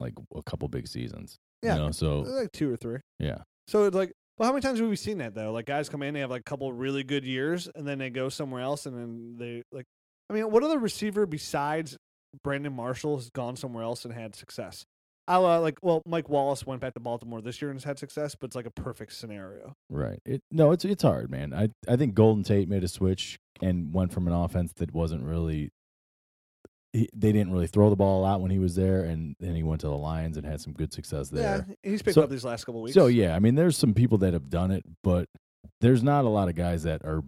Speaker 3: like a couple big seasons.
Speaker 2: Yeah. Uh,
Speaker 3: You know, so
Speaker 2: like two or three.
Speaker 3: yeah.
Speaker 2: So it's like, well, how many times have we seen that though? Like guys come in, they have like a couple really good years, and then they go somewhere else, and then they like. I mean, what other receiver besides Brandon Marshall has gone somewhere else and had success? I uh, like, well, Mike Wallace went back to Baltimore this year and has had success, but it's like a perfect scenario.
Speaker 3: Right. It, no, it's it's hard, man. I I think Golden Tate made a switch and went from an offense that wasn't really he, they didn't really throw the ball a lot when he was there, and then he went to the Lions and had some good success there.
Speaker 2: Yeah, he's picked
Speaker 3: So-
Speaker 2: up these last couple weeks.
Speaker 3: so yeah, I mean, there's some people that have done it, but there's not a lot of guys that are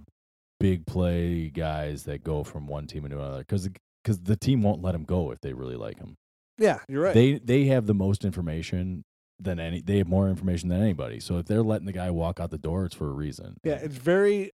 Speaker 3: big play guys that go from one team into another because because the team won't let him go if they really like him.
Speaker 2: yeah, you're right.
Speaker 3: They they have the most information than any. They have more information than anybody. So if they're letting the guy walk out the door, it's for a reason.
Speaker 2: yeah, it's very,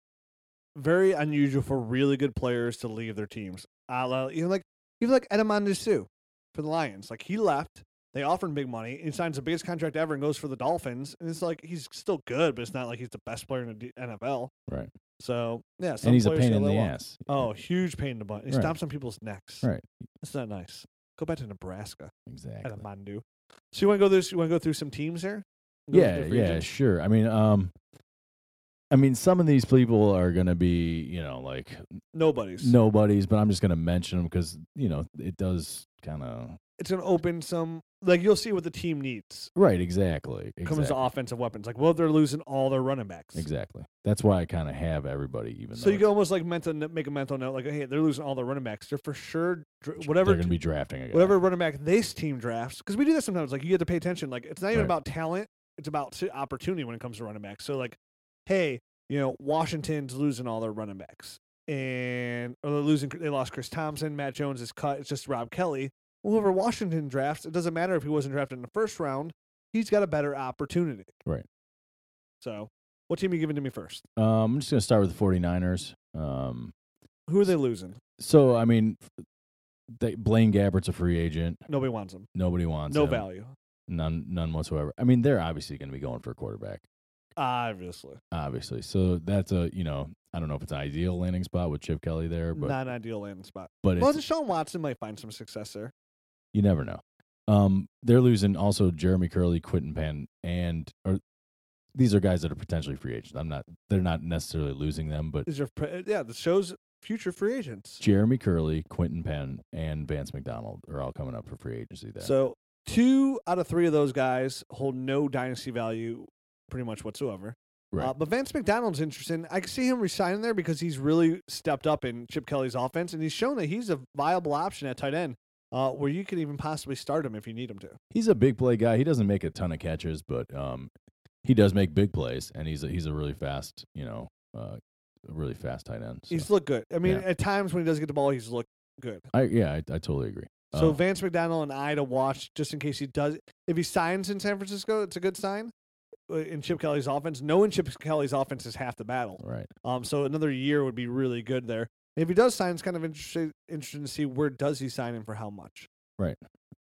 Speaker 2: very unusual for really good players to leave their teams. A la, you know, like even like Edamon Sue for the Lions. Like he left, they offered him big money, and he signs the biggest contract ever and goes for the Dolphins. And it's like he's still good, but it's not like he's the best player in the D- NFL.
Speaker 3: Right.
Speaker 2: So yeah, some
Speaker 3: and he's a
Speaker 2: players
Speaker 3: pain
Speaker 2: go
Speaker 3: in
Speaker 2: that
Speaker 3: the
Speaker 2: long.
Speaker 3: ass.
Speaker 2: Oh, huge pain in the butt. He
Speaker 3: Right.
Speaker 2: stomps on people's necks.
Speaker 3: Right.
Speaker 2: That's not nice. Go back to Nebraska,
Speaker 3: exactly.
Speaker 2: Edamon So you want to go this? You want to go through some teams here? Go
Speaker 3: Yeah,
Speaker 2: through free
Speaker 3: yeah,
Speaker 2: agents?
Speaker 3: sure. I mean, um, I mean, some of these people are gonna be, you know, like
Speaker 2: Nobody's.
Speaker 3: nobodies, but I'm just gonna mention them because you know it does kind of
Speaker 2: it's gonna open some. Like you'll see what the team needs.
Speaker 3: right. Exactly. Exactly.
Speaker 2: Comes to offensive weapons. Like, well, they're losing all their running backs.
Speaker 3: exactly. That's why I kind of have everybody, even
Speaker 2: So
Speaker 3: though
Speaker 2: you can almost like mental make a mental note, like, hey, they're losing all their running backs. They're for sure dr- whatever
Speaker 3: they're gonna be drafting a guy.
Speaker 2: whatever running back this team drafts, because we do that sometimes. Like you get to pay attention. Like it's not even
Speaker 3: Right.
Speaker 2: about talent; it's about si- opportunity when it comes to running backs. So like, hey, you know, Washington's losing all their running backs, and or they're losing. They lost Chris Thompson. Matt Jones is cut. It's just Rob Kelly. Whoever Washington drafts, it doesn't matter if he wasn't drafted in the first round. He's got a better opportunity.
Speaker 3: Right.
Speaker 2: So, what team are you giving to me first?
Speaker 3: Um, I'm just gonna start with the 49ers. Um,
Speaker 2: Who are they losing?
Speaker 3: so I mean, they, Blaine Gabbert's a free agent.
Speaker 2: Nobody wants them.
Speaker 3: Nobody wants
Speaker 2: No
Speaker 3: him.
Speaker 2: value.
Speaker 3: None, none whatsoever. I mean, they're obviously going to be going for a quarterback.
Speaker 2: Obviously,
Speaker 3: obviously. So that's a you know I don't know if it's an ideal landing spot with Chip Kelly there, but
Speaker 2: not an ideal landing spot.
Speaker 3: but
Speaker 2: Well,
Speaker 3: it's,
Speaker 2: Deshaun Watson might find some success there.
Speaker 3: you never know. Um, they're losing also Jeremy Curley, Quinton Penn, and or these are guys that are potentially free agents. I'm not they're not necessarily losing them, but
Speaker 2: Is there? pre- Yeah, the show's future free agents.
Speaker 3: Jeremy Curley, Quinton Penn, and Vance McDonald are all coming up for free agency there.
Speaker 2: So two out of three of those guys hold no dynasty value, pretty much whatsoever.
Speaker 3: Right.
Speaker 2: Uh, but Vance McDonald's interesting. I can see him resigning there because he's really stepped up in Chip Kelly's offense, and he's shown that he's a viable option at tight end, uh, where you can even possibly start him if you need him to.
Speaker 3: He's a big play guy. He doesn't make a ton of catches, but um he does make big plays, and he's a, he's a really fast, you know, uh, a really fast tight end. so.
Speaker 2: He's looked good. I mean,
Speaker 3: Yeah.
Speaker 2: at times when he does get the ball, he's looked good.
Speaker 3: I yeah, I, I totally agree.
Speaker 2: So
Speaker 3: Uh,
Speaker 2: Vance McDonald and I to watch just in case he does. If he signs in San Francisco, it's a good sign. uh, In Chip Kelly's offense, knowing Chip Kelly's offense is half the battle.
Speaker 3: right.
Speaker 2: Um, so another year would be really good there. And if he does sign, it's kind of interesting, interesting to see where does he sign and for how much.
Speaker 3: Right.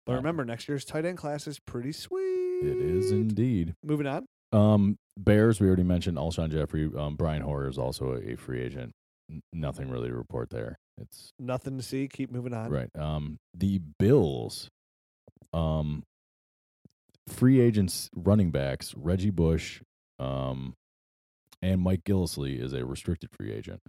Speaker 2: But
Speaker 3: Um,
Speaker 2: remember, next year's tight end class is pretty sweet.
Speaker 3: It is indeed.
Speaker 2: Moving on.
Speaker 3: Um, Bears. We already mentioned Alshon Jeffrey. Um, Brian Hoyer is also a, a free agent. N- nothing really to report there. It's
Speaker 2: Nothing to see. Keep moving on.
Speaker 3: right. Um, the Bills. Um, free agents, running backs, Reggie Bush, um, and Mike Gillisley is a restricted free agent.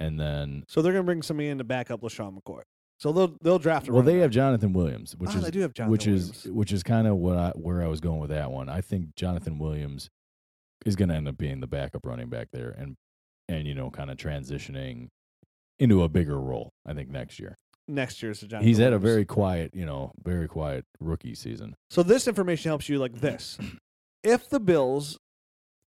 Speaker 3: And then,
Speaker 2: So they're gonna bring somebody in to back up LaShawn McCoy. So they'll they'll draft a
Speaker 3: well, they
Speaker 2: running
Speaker 3: have Jonathan Williams,
Speaker 2: back.
Speaker 3: which
Speaker 2: Ah,
Speaker 3: is
Speaker 2: they do have Jonathan
Speaker 3: which
Speaker 2: Williams.
Speaker 3: is which is kind of what I where I was going with that one. I think Jonathan Williams is going to end up being the backup running back there, and and you know, kind of transitioning into a bigger role. I think next year
Speaker 2: next year's Jonathan.
Speaker 3: he's had a
Speaker 2: Williams.
Speaker 3: very quiet, you know, very quiet rookie season.
Speaker 2: So this information helps you like this. if the Bills,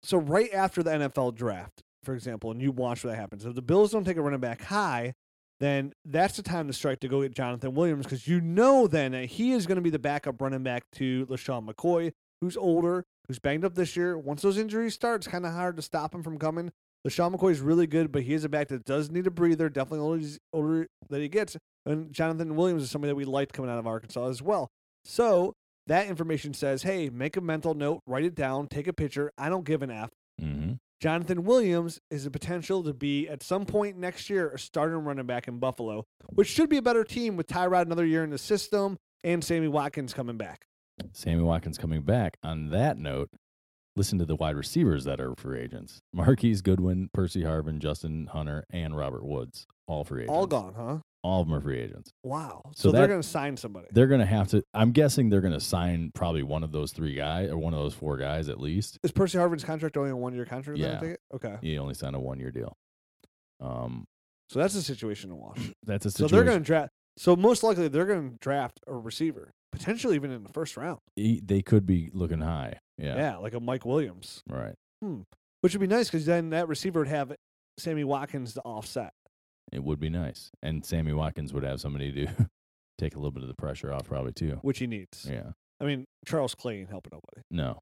Speaker 2: so right after the NFL draft, for example, and you watch what that happens, if the Bills don't take a running back high, then that's the time to strike to go get Jonathan Williams because you know then that he is going to be the backup running back to LaShawn McCoy, who's older, who's banged up this year. Once those injuries start, it's kind of hard to stop him from coming. LaShawn McCoy is really good, but he is a back that does need a breather, definitely older, he's- older that he gets. And Jonathan Williams is somebody that we liked coming out of Arkansas as well. So that information says, hey, make a mental note, write it down, take a picture. I don't give an F.
Speaker 3: Mm-hmm.
Speaker 2: Jonathan Williams is a potential to be at some point next year a starting running back in Buffalo, which should be a better team with Tyrod another year in the system and Sammy Watkins coming back.
Speaker 3: Sammy Watkins coming back. On that note, listen to the wide receivers that are free agents: Marquise Goodwin, Percy Harvin, Justin Hunter, and Robert Woods. All free agents.
Speaker 2: All gone, huh?
Speaker 3: All of them are free agents.
Speaker 2: Wow. So,
Speaker 3: So
Speaker 2: they're
Speaker 3: that-
Speaker 2: going to sign somebody.
Speaker 3: they're gonna have to i'm guessing they're gonna sign probably one of those three guys or one of those four guys at least
Speaker 2: Is Percy Harvin's contract only a one year contract? then, I
Speaker 3: Yeah.
Speaker 2: take it? Okay.
Speaker 3: he only signed a one year deal um
Speaker 2: So that's a situation to watch.
Speaker 3: that's a
Speaker 2: So
Speaker 3: situation
Speaker 2: they're going to draft. So most likely they're going to draft a receiver, potentially even in the first round.
Speaker 3: he- they could be looking high yeah,
Speaker 2: yeah like a Mike Williams.
Speaker 3: right
Speaker 2: which would be nice because then that receiver would have Sammy Watkins to offset.
Speaker 3: it would be nice and sammy watkins would have somebody to take a little bit of the pressure off probably too
Speaker 2: Which he needs.
Speaker 3: yeah
Speaker 2: I mean, Charles Clay ain't helping nobody.
Speaker 3: no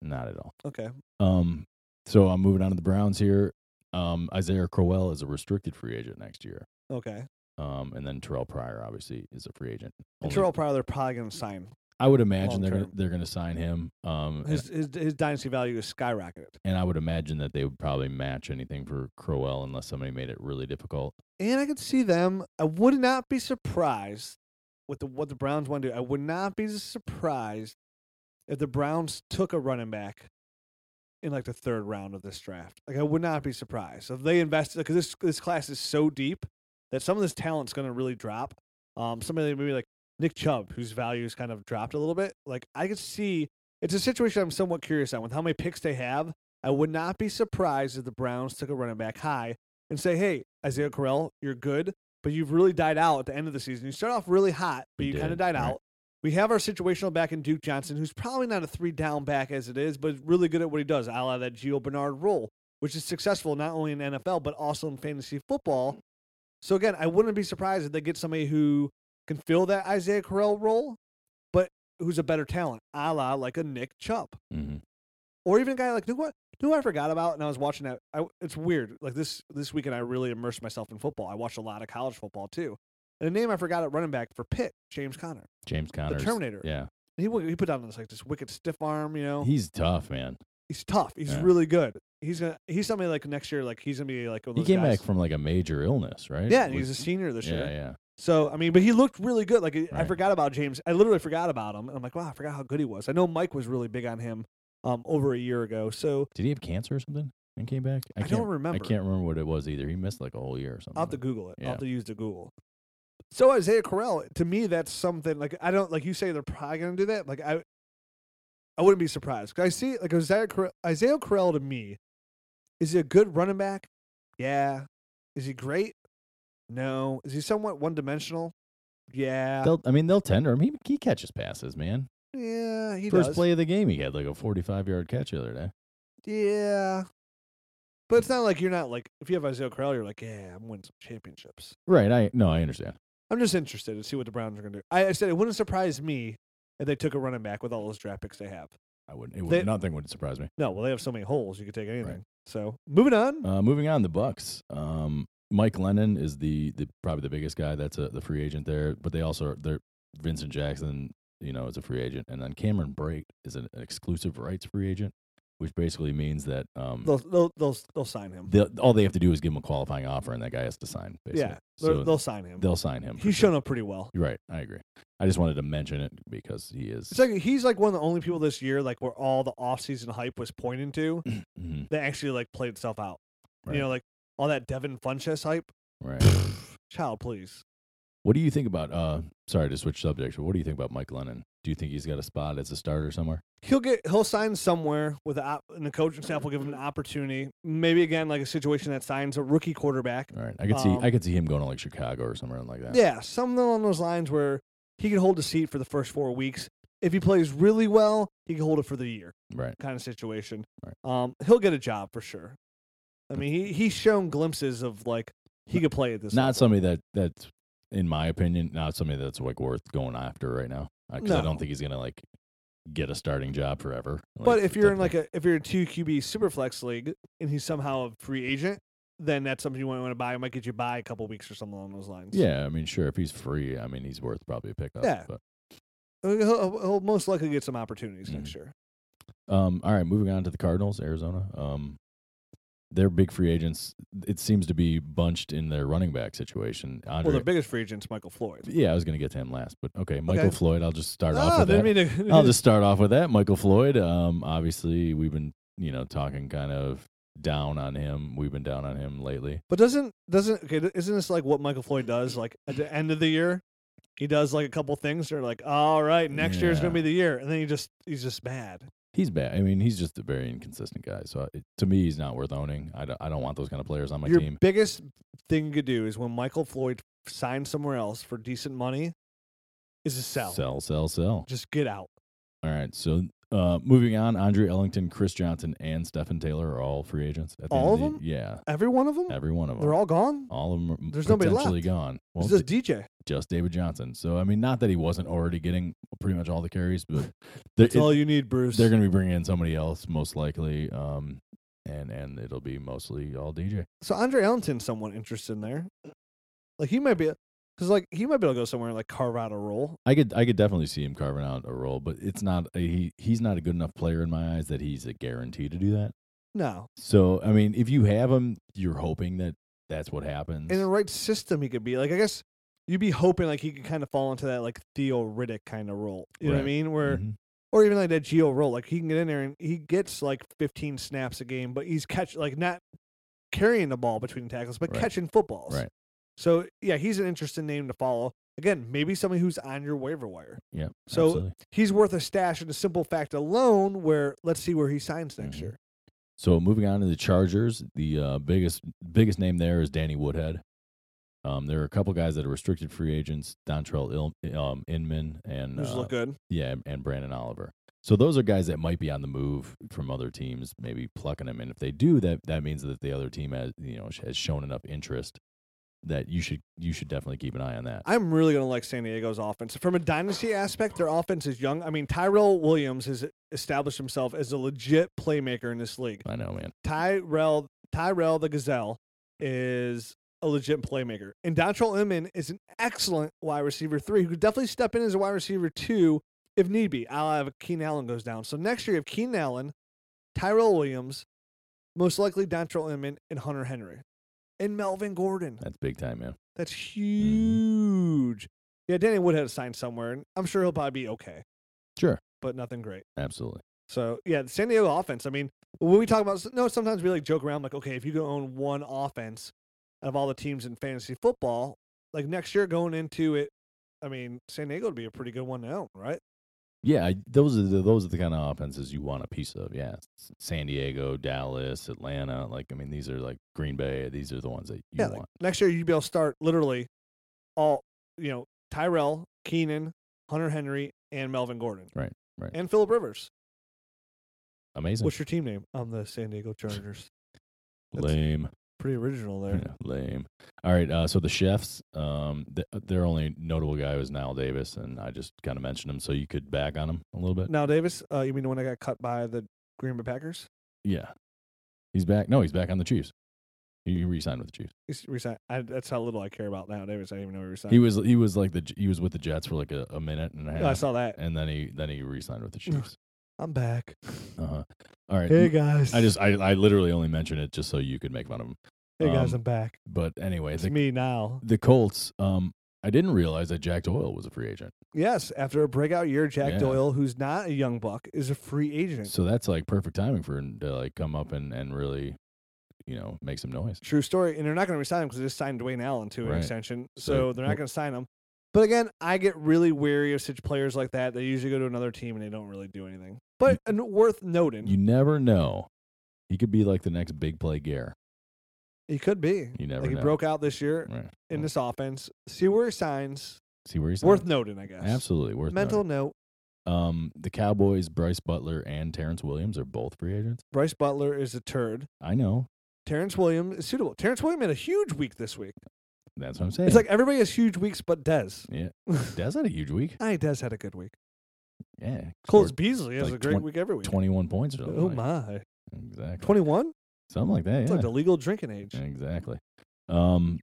Speaker 3: not at all
Speaker 2: Okay.
Speaker 3: um so i'm moving on to the browns here um isaiah crowell is a restricted free agent next year
Speaker 2: Okay.
Speaker 3: um and then terrell pryor obviously is a free agent
Speaker 2: And
Speaker 3: Only-
Speaker 2: Terrell Pryor, they're probably going to sign.
Speaker 3: I would imagine they're gonna,
Speaker 2: long-term.
Speaker 3: they're going to sign him. Um, and,
Speaker 2: His, his his dynasty value is skyrocketed.
Speaker 3: and I would imagine that they would probably match anything for Crowell unless somebody made it really difficult.
Speaker 2: And I could see them. I would not be surprised with the, what the Browns want to do. I would not be surprised if the Browns took a running back in like the third round of this draft. Like I would not be surprised if they invested because this this class is so deep that some of this talent's going to really drop. Um, somebody maybe like Nick Chubb, whose value's kind of dropped a little bit. Like I could see it's a situation I'm somewhat curious on with how many picks they have. I would not be surprised if the Browns took a running back high and say, "Hey, Isaiah Correll, you're good, but you've really died out at the end of the season. You start off really hot, but
Speaker 3: You
Speaker 2: you kind of
Speaker 3: did,
Speaker 2: died
Speaker 3: right.
Speaker 2: out." We have our situational back in Duke Johnson, who's probably not a three down back as it is, but really good at what he does, a la that Gio Bernard role, which is successful not only in NFL, but also in fantasy football. So again, I wouldn't be surprised if they get somebody who can fill that Isaiah Correll role, but who's a better talent, a la like a Nick Chubb
Speaker 3: Mm-hmm.
Speaker 2: or even a guy like you know what you know what I forgot about and I was watching that I, it's weird like this this weekend I really immersed myself in football I watched a lot of college football too and a name I forgot at running back for Pitt James Conner
Speaker 3: James Conner,
Speaker 2: Terminator. Oh.
Speaker 3: Yeah,
Speaker 2: he wa- he put down this like this wicked stiff arm you know
Speaker 3: he's tough, man.
Speaker 2: he's tough he's
Speaker 3: Yeah.
Speaker 2: really good he's gonna he's somebody like next year like he's gonna be like one of
Speaker 3: He
Speaker 2: those
Speaker 3: came
Speaker 2: guys.
Speaker 3: back from like a major illness, right?
Speaker 2: yeah and he's a
Speaker 3: Was-
Speaker 2: senior this year
Speaker 3: yeah, yeah.
Speaker 2: so I mean, but he looked really good. Like I I
Speaker 3: Right.
Speaker 2: forgot about James. I literally forgot about him. And I'm like, wow, I forgot how good he was. I know Mike was really big on him um, over a year ago. So
Speaker 3: Did he have cancer or something and came back?
Speaker 2: I,
Speaker 3: can't-
Speaker 2: don't remember.
Speaker 3: I can't remember what it was either. He missed like a whole year or something.
Speaker 2: I'll have to Google it. I'll
Speaker 3: Yeah.
Speaker 2: have to use the Google. So Isaiah Correll, to me, that's something like I don't like you say they're probably gonna do that. Like I, I wouldn't be surprised. 'Cause I see like Isaiah Correll, Isaiah Correll to me, is he a good running back? Yeah. Is he great? No. Is he somewhat one dimensional? Yeah.
Speaker 3: They'll, I mean, they'll tender him. He, he catches passes, man.
Speaker 2: Yeah, he
Speaker 3: First
Speaker 2: does.
Speaker 3: play of the game, he had like a 45 yard catch the other day.
Speaker 2: Yeah. But it's not like you're not like if you have Isaiah Crowell, you're like, yeah, I'm winning some championships.
Speaker 3: Right. I no, I understand.
Speaker 2: I'm just interested to see what the Browns are gonna do. I, I said it wouldn't surprise me if they took a running back with all those draft picks they have.
Speaker 3: I wouldn't. It would,
Speaker 2: They-
Speaker 3: nothing would surprise me.
Speaker 2: No, well they have so many holes you could take anything. So moving on.
Speaker 3: Uh, moving on, the Bucks. Um, Mike Lennon is the, the probably the biggest guy. That's a, the free agent there. But they also they're Vincent Jackson. You know, is a free agent, and then Cameron Brate is an exclusive rights free agent, which basically means that um,
Speaker 2: they'll, they'll they'll they'll sign him.
Speaker 3: they all they have to do is give him a qualifying offer, and that guy has to sign. Basically.
Speaker 2: yeah.
Speaker 3: so
Speaker 2: they'll, they'll sign him.
Speaker 3: they'll sign him. for
Speaker 2: He's
Speaker 3: sure.
Speaker 2: shown up pretty well.
Speaker 3: Right, I agree. I just wanted to mention it because he is.
Speaker 2: It's like he's like one of the only people this year like where all the offseason hype was pointing to
Speaker 3: Mhm,
Speaker 2: that actually like played itself out.
Speaker 3: Right.
Speaker 2: You know, like all that Devin Funchess hype.
Speaker 3: right.
Speaker 2: Child, please.
Speaker 3: What do you think about? Uh, sorry to switch subjects, but what do you think about Mike Lennon? Do you think he's got a spot as a starter somewhere?
Speaker 2: he'll get he'll sign somewhere with a, op- and the coaching staff will give him an opportunity. Maybe again like a situation that signs a rookie quarterback.
Speaker 3: All right, I could see I
Speaker 2: Um,
Speaker 3: could see him going to like Chicago or somewhere like that.
Speaker 2: Yeah, something along those lines where he can hold the seat for the first four weeks. If he plays really well, he can hold it for the year
Speaker 3: Right.
Speaker 2: kind of situation.
Speaker 3: Right.
Speaker 2: Um, he'll get a job for sure. I mean, he he's shown glimpses of like he could play at this.
Speaker 3: Not
Speaker 2: level.
Speaker 3: somebody that that's in my opinion not somebody that's like worth going after right now because I don't
Speaker 2: No.
Speaker 3: think he's gonna like get a starting job forever.
Speaker 2: But if you're in like a if you're a two QB superflex league and he's somehow a free agent, then that's something you might want to buy. It might get you by a couple weeks or something along those lines.
Speaker 3: yeah, I mean, sure, if he's free, I mean, he's worth probably a pickup.
Speaker 2: Yeah.
Speaker 3: But
Speaker 2: Uh, He'll, he'll most likely get some opportunities
Speaker 3: Mm-hmm.
Speaker 2: next year.
Speaker 3: um, all right, moving on to the Cardinals, Arizona. Um, their big free agents, it seems to be bunched in their running back situation. Andre,
Speaker 2: Well, the biggest free agent's Michael Floyd.
Speaker 3: Yeah, I was going to get to him last, but okay, Michael
Speaker 2: Okay.
Speaker 3: Floyd. I'll just start off
Speaker 2: Oh,
Speaker 3: with that.
Speaker 2: didn't mean to.
Speaker 3: I'll just start off with that, Michael Floyd. Um, obviously, we've been you know talking kind of down on him. We've been down on him lately.
Speaker 2: But doesn't doesn't okay? th- Isn't this like what Michael Floyd does? Like at the end of the year, he does like a couple things. They're like, all right, next year's gonna
Speaker 3: Yeah.
Speaker 2: be the year, and then he just he's just bad.
Speaker 3: He's bad. I mean, he's just a very inconsistent guy. So it, to me, he's not worth owning. I don't, I don't want those kind of players on my
Speaker 2: Your
Speaker 3: team.
Speaker 2: biggest thing you could do is when Michael Floyd signs somewhere else for decent money, is to sell.
Speaker 3: sell, sell, sell.
Speaker 2: Just get out.
Speaker 3: All right. So uh, moving on, Andre Ellington, Chris Johnson, and Stephen Taylor are all free agents. At the end
Speaker 2: All of
Speaker 3: the-
Speaker 2: them?
Speaker 3: Yeah,
Speaker 2: Every one of them.
Speaker 3: every one of them.
Speaker 2: They're all gone.
Speaker 3: all of them are
Speaker 2: There's nobody
Speaker 3: potentially
Speaker 2: left.
Speaker 3: gone. Well,
Speaker 2: it's just DJ.
Speaker 3: just David Johnson. So I mean, not that he wasn't already getting pretty much all the carries, but they're,
Speaker 2: That's all you need, Bruce.
Speaker 3: they're going to be bringing in somebody else most likely, um, and and it'll be mostly all DJ.
Speaker 2: So Andre Ellington's somewhat interested in there. Like he might be, because like he might be able to go somewhere and like carve out a role.
Speaker 3: I could I could definitely see him carving out a role, but it's not a, he he's not a good enough player in my eyes that he's a guarantee to do that.
Speaker 2: No,
Speaker 3: So I mean, if you have him, you're hoping that that's what happens.
Speaker 2: in the right system, he could be like I guess you'd be hoping like he could kind of fall into that like Theo Riddick kind of role. You know what I
Speaker 3: Right.
Speaker 2: mean? Where
Speaker 3: Mhm.
Speaker 2: or even like that Geo role, like he can get in there and he gets like 15 snaps a game, but he's catch like not carrying the ball between tackles, but
Speaker 3: Right.
Speaker 2: catching footballs.
Speaker 3: Right.
Speaker 2: So yeah, he's an interesting name to follow. Again, maybe somebody who's on your waiver wire.
Speaker 3: Yeah.
Speaker 2: So,
Speaker 3: absolutely.
Speaker 2: he's worth a stash in the simple fact alone where let's see where he signs next
Speaker 3: Mhm.
Speaker 2: year.
Speaker 3: So moving on to the Chargers, the uh, biggest biggest name there is Danny Woodhead. Um, there are a couple guys that are restricted free agents: Dontrell Il- um, Inman and
Speaker 2: Who's
Speaker 3: uh,
Speaker 2: look good.
Speaker 3: yeah, and Brandon Oliver. So those are guys that might be on the move from other teams, maybe plucking them. And if they do, that that means that the other team has you know has shown enough interest that you should you should definitely keep an eye on that.
Speaker 2: I'm really gonna like San Diego's offense. From a dynasty aspect, their offense is young. I mean, Tyrell Williams has established himself as a legit playmaker in this league.
Speaker 3: I know, man.
Speaker 2: Tyrell Tyrell the Gazelle is a legit playmaker. And Dontrell Inman is an excellent wide receiver three who could definitely step in as a wide receiver two if need be. I'll have Keenan Allen goes down. So next year you have Keenan Allen, Tyrell Williams, most likely Dontrell Inman, and Hunter Henry. And Melvin Gordon.
Speaker 3: That's big time, man.
Speaker 2: That's huge. Yeah, Danny Wood had signed somewhere, and I'm sure he'll probably be okay,
Speaker 3: Sure,
Speaker 2: but nothing great.
Speaker 3: absolutely.
Speaker 2: So yeah, the San Diego offense. I mean, when we talk about no, sometimes we like joke around like, okay, if you go own one offense out of all the teams in fantasy football, like next year going into it, I mean, San Diego would be a pretty good one to own, right?
Speaker 3: Yeah, I- those are the, those are the kind of offenses you want a piece of. Yeah, S- San Diego, Dallas, Atlanta. Like I mean, these are like Green Bay. These are the ones that you
Speaker 2: yeah, like,
Speaker 3: want.
Speaker 2: next year you'd be able to start literally all you know Tyrell, Keenan, Hunter Henry, and Melvin Gordon.
Speaker 3: Right. Right.
Speaker 2: and Philip Rivers.
Speaker 3: Amazing.
Speaker 2: What's your team name? I'm the San Diego Chargers. that's-
Speaker 3: Lame.
Speaker 2: Pretty original there.
Speaker 3: Yeah, lame. All right. Uh, so the chefs, um, th- their only notable guy was Niall Davis, and I just kind of mentioned him, so you could back on him a little bit.
Speaker 2: Now, Davis, uh, you mean the one that got cut by the Green Bay Packers?
Speaker 3: Yeah, he's back. No, he's back on the Chiefs. He he re-signed with the Chiefs.
Speaker 2: He's resigned. I, that's how little I care about now, Davis. I didn't even know he resigned.
Speaker 3: He was he was like the J- he was with the Jets for like a, a minute and a half,
Speaker 2: Oh, I saw that.
Speaker 3: and then he then he re-signed with the Chiefs.
Speaker 2: I'm back.
Speaker 3: Uh-huh. All right.
Speaker 2: Hey guys.
Speaker 3: I just I, I literally only mentioned it just so you could make fun of him.
Speaker 2: Hey guys,
Speaker 3: um,
Speaker 2: I'm back.
Speaker 3: But anyway,
Speaker 2: It's
Speaker 3: the,
Speaker 2: me now.
Speaker 3: the Colts. Um, I didn't realize that Jack Doyle was a free agent.
Speaker 2: Yes, after a breakout year, Jack
Speaker 3: Yeah.
Speaker 2: Doyle, who's not a young buck, is a free agent.
Speaker 3: So that's like perfect timing for him to like come up and and really, you know, make some noise.
Speaker 2: True story. And they're not going to resign him because they just signed Dwayne Allen to an
Speaker 3: Right.
Speaker 2: extension. So,
Speaker 3: So-
Speaker 2: they're not
Speaker 3: Well-
Speaker 2: going to sign him. But again, I get really wary of such players like that. They usually go to another team and they don't really do anything. But and worth noting,
Speaker 3: You never know. He could be like the next big play gear.
Speaker 2: he could be.
Speaker 3: You never
Speaker 2: Like he
Speaker 3: know.
Speaker 2: broke out this year
Speaker 3: Right.
Speaker 2: in
Speaker 3: Well,
Speaker 2: this offense. See where he signs.
Speaker 3: see where he's
Speaker 2: Worth
Speaker 3: at.
Speaker 2: noting, I guess.
Speaker 3: Absolutely worth
Speaker 2: Mental
Speaker 3: mental.
Speaker 2: note.
Speaker 3: Um, the Cowboys, Bryce Butler and Terrence Williams are both free agents.
Speaker 2: Bryce Butler is a turd.
Speaker 3: I know.
Speaker 2: Terrence Williams is suitable. Terrence Williams had a huge week this week.
Speaker 3: That's what I'm saying.
Speaker 2: It's like everybody has huge weeks, but Dez.
Speaker 3: yeah, that's not a huge week.
Speaker 2: I think Dez had a good week.
Speaker 3: Yeah,
Speaker 2: Cole Beasley has
Speaker 3: like
Speaker 2: a great
Speaker 3: twen-
Speaker 2: week every week.
Speaker 3: twenty-one points or something.
Speaker 2: oh
Speaker 3: like-
Speaker 2: my,
Speaker 3: Exactly.
Speaker 2: twenty one.
Speaker 3: Something like that.
Speaker 2: It's
Speaker 3: Yeah.
Speaker 2: like the legal drinking age.
Speaker 3: Exactly. Um,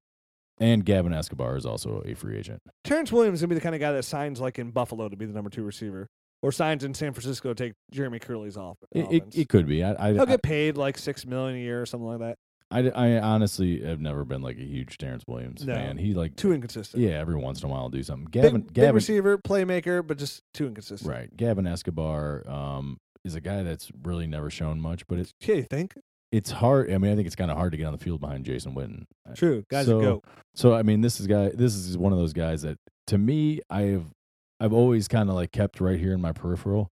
Speaker 3: and Gavin Escobar is also a free agent.
Speaker 2: Terrence Williams is gonna be the kind of guy that signs like in Buffalo to be the number two receiver, or signs in San Francisco to take Jeremy Curley's off.
Speaker 3: It, it,
Speaker 2: offense.
Speaker 3: it could be. I I,
Speaker 2: He'll get paid like six million a year or something like that.
Speaker 3: I, I honestly have never been like a huge Terrence Williams
Speaker 2: No.
Speaker 3: fan. He like
Speaker 2: Too inconsistent.
Speaker 3: yeah, every once in a while I'll do something.
Speaker 2: Big-
Speaker 3: Gavin
Speaker 2: big,
Speaker 3: Gavin
Speaker 2: receiver, playmaker, but just too inconsistent.
Speaker 3: right. Gavin Escobar um is a guy that's really never shown much, but it's
Speaker 2: Yeah, you think?
Speaker 3: it's hard. I mean, I think it's kind of hard to get on the field behind Jason Witten.
Speaker 2: True. Guys,
Speaker 3: So-
Speaker 2: go.
Speaker 3: So I mean, this is guy. This is one of those guys that, to me, I have, I've always kind of like kept right here in my peripheral.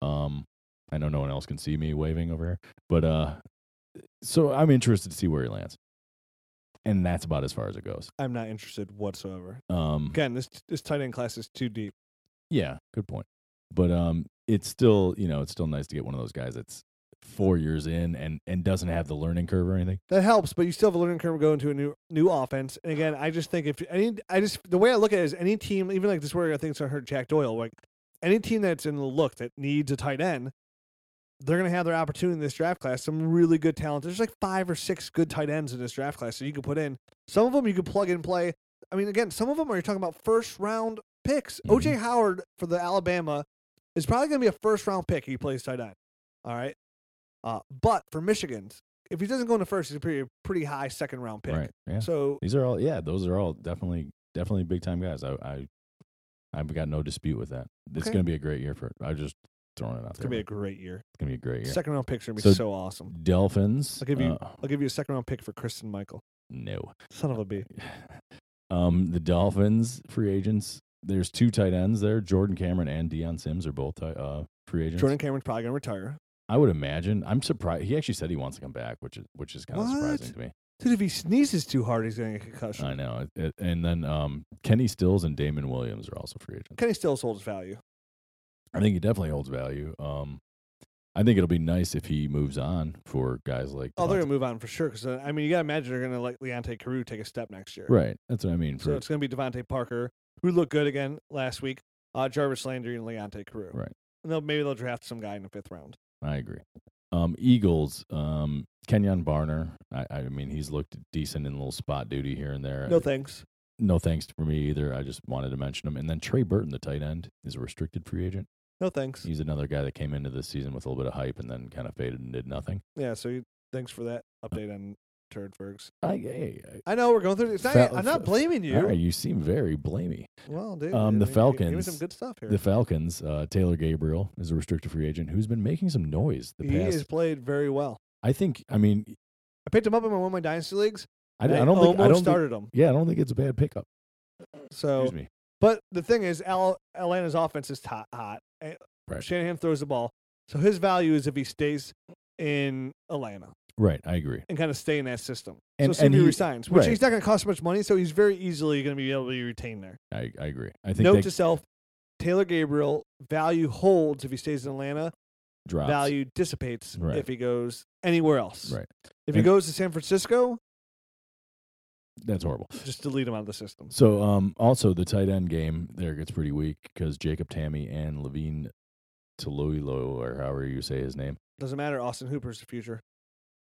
Speaker 3: Um, I know no one else can see me waving over here, but uh, so I'm interested to see where he lands, and that's about as far as it goes.
Speaker 2: I'm not interested whatsoever.
Speaker 3: Um,
Speaker 2: Again, this this tight end class is too deep.
Speaker 3: yeah, good point. But um, it's still you know it's still nice to get one of those guys that's four years in and and doesn't have the learning curve or anything.
Speaker 2: That helps, but you still have a learning curve going to a new new offense. And again, I just think if any, I just the way I look at it is any team, even like this where I think it's gonna hurt Jack Doyle, like any team that's in the look that needs a tight end, they're gonna have their opportunity in this draft class. Some really good talent. There's like five or six good tight ends in this draft class that you could put in. Some of them you could plug and play. I mean, again, some of them are you talking about first round picks. OJ Howard for the Alabama is probably gonna be a first round pick. He plays tight end. All right. Uh, but for Michigan's, if he doesn't go in the first, he's a pretty, pretty high second round pick.
Speaker 3: Right. Yeah.
Speaker 2: So
Speaker 3: These are all, yeah, those are all definitely, definitely big time guys. I, I, I've got no dispute with that. It's
Speaker 2: Okay.
Speaker 3: going to be a great year for. I just throwing it out
Speaker 2: it's
Speaker 3: there.
Speaker 2: gonna be a
Speaker 3: It's
Speaker 2: great year.
Speaker 3: going to be a great year.
Speaker 2: Second round picks are gonna be so,
Speaker 3: So-
Speaker 2: awesome.
Speaker 3: Dolphins.
Speaker 2: I'll give you-
Speaker 3: uh,
Speaker 2: I'll give you a second round pick for Kristen Michael.
Speaker 3: no.
Speaker 2: Son of a b.
Speaker 3: um, the Dolphins free agents. There's two tight ends there. Jordan Cameron and Deion Sims are both ti- uh, free agents.
Speaker 2: Jordan Cameron's probably gonna retire.
Speaker 3: I would imagine. I'm surprised. He actually said he wants to come back, which is which is kind of surprising
Speaker 2: What?
Speaker 3: to me.
Speaker 2: Dude, if he sneezes too hard, he's gonna get a concussion.
Speaker 3: I know. It- it- and then um, Kenny Stills and Damon Williams are also free agents.
Speaker 2: Kenny Stills holds value.
Speaker 3: I think he definitely holds value. Um, I think it'll be nice if he moves on for guys like
Speaker 2: Oh, they're
Speaker 3: Devontae-
Speaker 2: gonna move on for sure. Because I mean, you gotta imagine they're gonna let Leonte Carew take a step next year.
Speaker 3: right. That's what I mean.
Speaker 2: So
Speaker 3: For,
Speaker 2: it's gonna be Devontae Parker, who looked good again last week. Uh, Jarvis Landry and Leonte Carew.
Speaker 3: Right.
Speaker 2: And they'll, maybe they'll draft some guy in the fifth round.
Speaker 3: I agree. Um, Eagles, um, Kenyon Barner. I, I mean, he's looked decent in a little spot duty here and there.
Speaker 2: No thanks.
Speaker 3: No thanks for me either. I just wanted to mention him. And then Trey Burton, the tight end, is a restricted free agent.
Speaker 2: No thanks.
Speaker 3: He's another guy that came into this season with a little bit of hype and then kind of faded and did nothing.
Speaker 2: Yeah, so you, thanks for that update on Turdbergs.
Speaker 3: I, hey, I-
Speaker 2: I know we're going through. It's not,
Speaker 3: Fel-
Speaker 2: I'm not
Speaker 3: f-
Speaker 2: blaming you.
Speaker 3: all right, you seem very blamey.
Speaker 2: Well, dude,
Speaker 3: Um,
Speaker 2: I mean, give-
Speaker 3: the
Speaker 2: Give me
Speaker 3: Falcons-
Speaker 2: some good stuff here.
Speaker 3: The Falcons, uh, Taylor Gabriel is a restricted free agent who's been making some noise. The
Speaker 2: he
Speaker 3: past,
Speaker 2: has played very well.
Speaker 3: I think. I mean,
Speaker 2: I picked him up in my one of my dynasty leagues.
Speaker 3: I, I
Speaker 2: and
Speaker 3: don't think. I
Speaker 2: almost
Speaker 3: don't think,
Speaker 2: started him.
Speaker 3: yeah, I don't think it's a bad pickup.
Speaker 2: So,
Speaker 3: Excuse me.
Speaker 2: but the thing is, Al- Atlanta's offense is hot. hot. And
Speaker 3: Right.
Speaker 2: Shanahan throws the ball, so his value is if he stays in Atlanta
Speaker 3: Right, I agree.
Speaker 2: and kind of stay in that system.
Speaker 3: And-
Speaker 2: so
Speaker 3: and
Speaker 2: CB
Speaker 3: he-
Speaker 2: resigns, which
Speaker 3: right.
Speaker 2: he's not going to cost much money, so he's very easily going to be able to be retained there.
Speaker 3: I, I agree. I think
Speaker 2: Note
Speaker 3: they,
Speaker 2: to self: Taylor Gabriel value holds if he stays in Atlanta.
Speaker 3: drops.
Speaker 2: Value dissipates
Speaker 3: Right.
Speaker 2: if he goes anywhere else.
Speaker 3: Right.
Speaker 2: If he
Speaker 3: And-
Speaker 2: goes to San Francisco,
Speaker 3: That's horrible.
Speaker 2: just delete him out of the system.
Speaker 3: So, um, also the tight end game there gets pretty weak because Jacob Tammy and Levine Toluilo, or however you say his name,
Speaker 2: Doesn't matter. Austin Hooper's the future.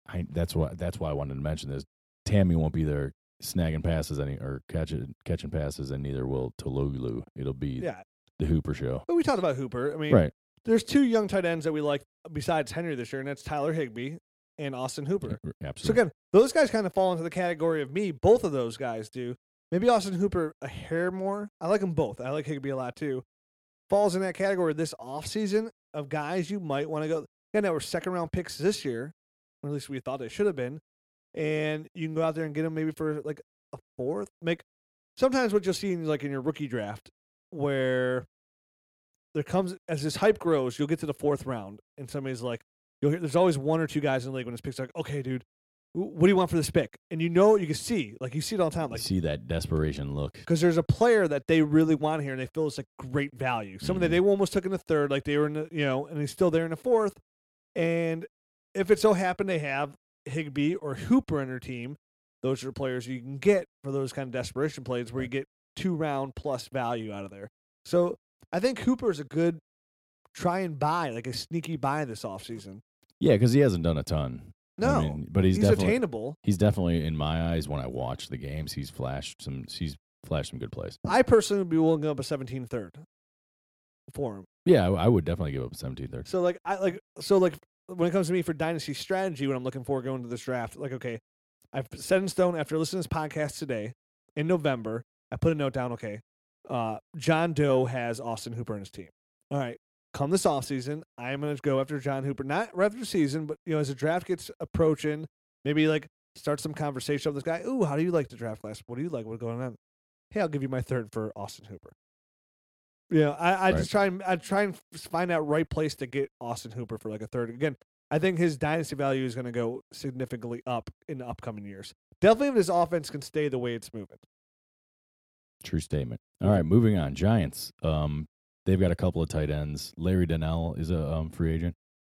Speaker 3: I, that's why that's why I wanted to mention this. Tammy won't be there snagging passes any or catching catching passes, and neither will Tolulu. It'll be
Speaker 2: Yeah.
Speaker 3: the Hooper show,
Speaker 2: But we talked about Hooper. I mean,
Speaker 3: right?
Speaker 2: there's two young tight ends that we like besides Henry this year, and that's Tyler Higbee and Austin Hooper.
Speaker 3: R-
Speaker 2: So
Speaker 3: Absolutely.
Speaker 2: again, those guys kind of fall into the category of me. Both of those guys do. Maybe Austin Hooper a hair more. I like them both. I like Higby a lot too. Falls in that category this offseason of guys you might want to go. Again, that were second round picks this year, or at least we thought they should have been. And you can go out there and get them maybe for like a fourth. Make sometimes what you'll see in like in your rookie draft where there comes as this hype grows, you'll get to the fourth round and somebody's like, you'll hear there's always one or two guys in the league when this pick's like, okay, dude, wh- what do you want for this pick? And you know, you can see, like you see it all the time,
Speaker 3: You
Speaker 2: like
Speaker 3: see that desperation look.
Speaker 2: because there's a player that they really want here and they feel it's like great value. Someone
Speaker 3: Mm-hmm.
Speaker 2: that they almost took in the third, like they were in the, you know, and he's still there in the fourth. And if it so happened they have Higby or Hooper in their team, those are the players you can get for those kind of desperation plays where you get two round plus value out of there. So I think Hooper is a good try and buy, like a sneaky buy this offseason.
Speaker 3: Yeah, because he hasn't done a ton. I
Speaker 2: No,
Speaker 3: mean, but he's,
Speaker 2: he's,
Speaker 3: definitely
Speaker 2: attainable.
Speaker 3: he's definitely in my eyes when I watch the games. He's flashed some. He's flashed some good plays.
Speaker 2: I personally would be willing to give up a 17 third for him.
Speaker 3: Yeah, I, I would definitely give up 17 there.
Speaker 2: So like I like so like when it comes to me for dynasty strategy, what I'm looking for going to this draft, like okay, I've set in stone after listening to this podcast today in November, I put a note down. Okay, uh, John Doe has Austin Hooper in his team. All right, come this offseason, I'm gonna go after John Hooper, not right after the season, but you know as the draft gets approaching, maybe like start some conversation with this guy. Ooh, how do you like the draft class? What do you like? What's going on? Hey, I'll give you my third for Austin Hooper. You know, I, I just try and I try and f- find that right place to get Austin Hooper for like a third. Again, I think his dynasty value is going to go significantly up in the upcoming years. Definitely, if this offense can stay the way it's moving.
Speaker 3: True statement. All right, moving on. Giants. Um, they've got a couple of tight ends. Larry Donnell is a um, free agent.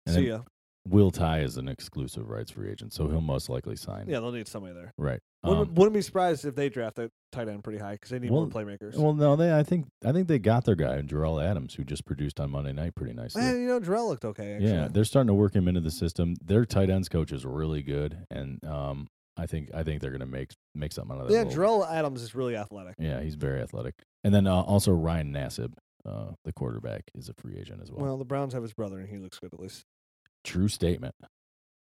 Speaker 3: And
Speaker 2: See ya.
Speaker 3: then Will Ty is an exclusive rights free agent, so he'll most likely sign.
Speaker 2: Yeah, they'll need somebody there.
Speaker 3: Right.
Speaker 2: Wouldn't,
Speaker 3: Um,
Speaker 2: wouldn't be surprised if they draft that tight end pretty high because they need more
Speaker 3: Well,
Speaker 2: playmakers.
Speaker 3: well, no, they. I think I think they got their guy, Jarrell Adams, who just produced on Monday night pretty nicely.
Speaker 2: Eh, you know, Jarrell looked okay. Actually.
Speaker 3: yeah, they're starting to work him into the system. Their tight ends coach is really good, and um, I think I think they're going to make make something out of that.
Speaker 2: yeah.
Speaker 3: little-
Speaker 2: Jarrell Adams is really athletic.
Speaker 3: Yeah, he's very athletic. And then uh, also Ryan Nassib, uh, the quarterback, is a free agent as well.
Speaker 2: Well, the Browns have his brother, and he looks good at least.
Speaker 3: True statement.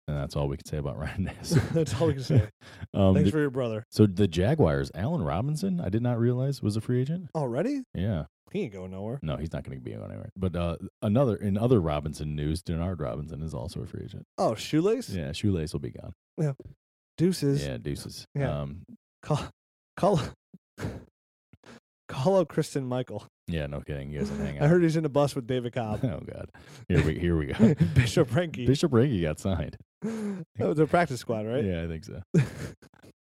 Speaker 3: And that's all we can say about Ryan Nassib.
Speaker 2: That's all we can say.
Speaker 3: um,
Speaker 2: Thanks
Speaker 3: the-
Speaker 2: for your brother.
Speaker 3: so the Jaguars, Allen Robinson, I did not realize was a free agent.
Speaker 2: Already?
Speaker 3: Yeah,
Speaker 2: He ain't going nowhere.
Speaker 3: no, he's not going to be going anywhere. But uh, another in other Robinson news, Denard Robinson is also a free agent.
Speaker 2: Oh, shoelace?
Speaker 3: Yeah, shoelace will be gone.
Speaker 2: Deuces.
Speaker 3: Yeah, deuces.
Speaker 2: Yeah.
Speaker 3: Um,
Speaker 2: Call, call, call up Kristen Michael.
Speaker 3: yeah, no kidding. You guys will hang out.
Speaker 2: I heard he's in the bus with David Cobb,
Speaker 3: oh God, here we here we go.
Speaker 2: Bishop Renke.
Speaker 3: Bishop Reiki got signed.
Speaker 2: that was a practice squad, right?
Speaker 3: Yeah, I think so.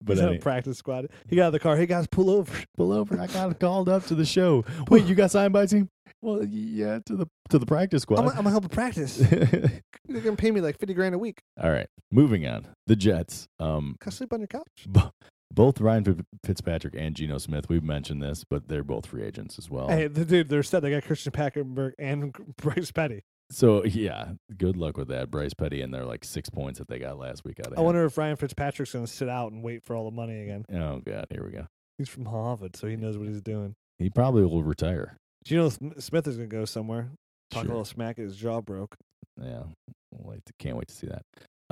Speaker 2: But
Speaker 3: But
Speaker 2: he's on
Speaker 3: any-
Speaker 2: a practice squad. He got out of the car. Hey guys, pull over.
Speaker 3: pull over. I got called up to the show. Wait, you got signed by a team? Well, yeah, to the to the practice
Speaker 2: I'm,
Speaker 3: squad.
Speaker 2: gonna- I'm gonna help with practice. They're gonna pay me like fifty grand a week.
Speaker 3: All right, moving on. The Jets. Um,
Speaker 2: Can I sleep on your couch?
Speaker 3: b- both Ryan Fi- Fitzpatrick and Geno Smith. We've mentioned this, but they're both free agents as well.
Speaker 2: Hey, the dude, they're set. They got Christian Packenberg and Bryce Petty.
Speaker 3: So yeah, good luck with that, Bryce Petty, and their like six points that they got last week out of.
Speaker 2: I
Speaker 3: him.
Speaker 2: wonder if Ryan Fitzpatrick's gonna sit out and wait for all the money again.
Speaker 3: Oh god, here we go.
Speaker 2: He's from Harvard, so he knows what he's doing.
Speaker 3: He probably will retire.
Speaker 2: Do you know Sm- Smith is gonna go somewhere? Talk a
Speaker 3: Sure.
Speaker 2: little smack. His jaw broke.
Speaker 3: Yeah, wait, can't wait to see that.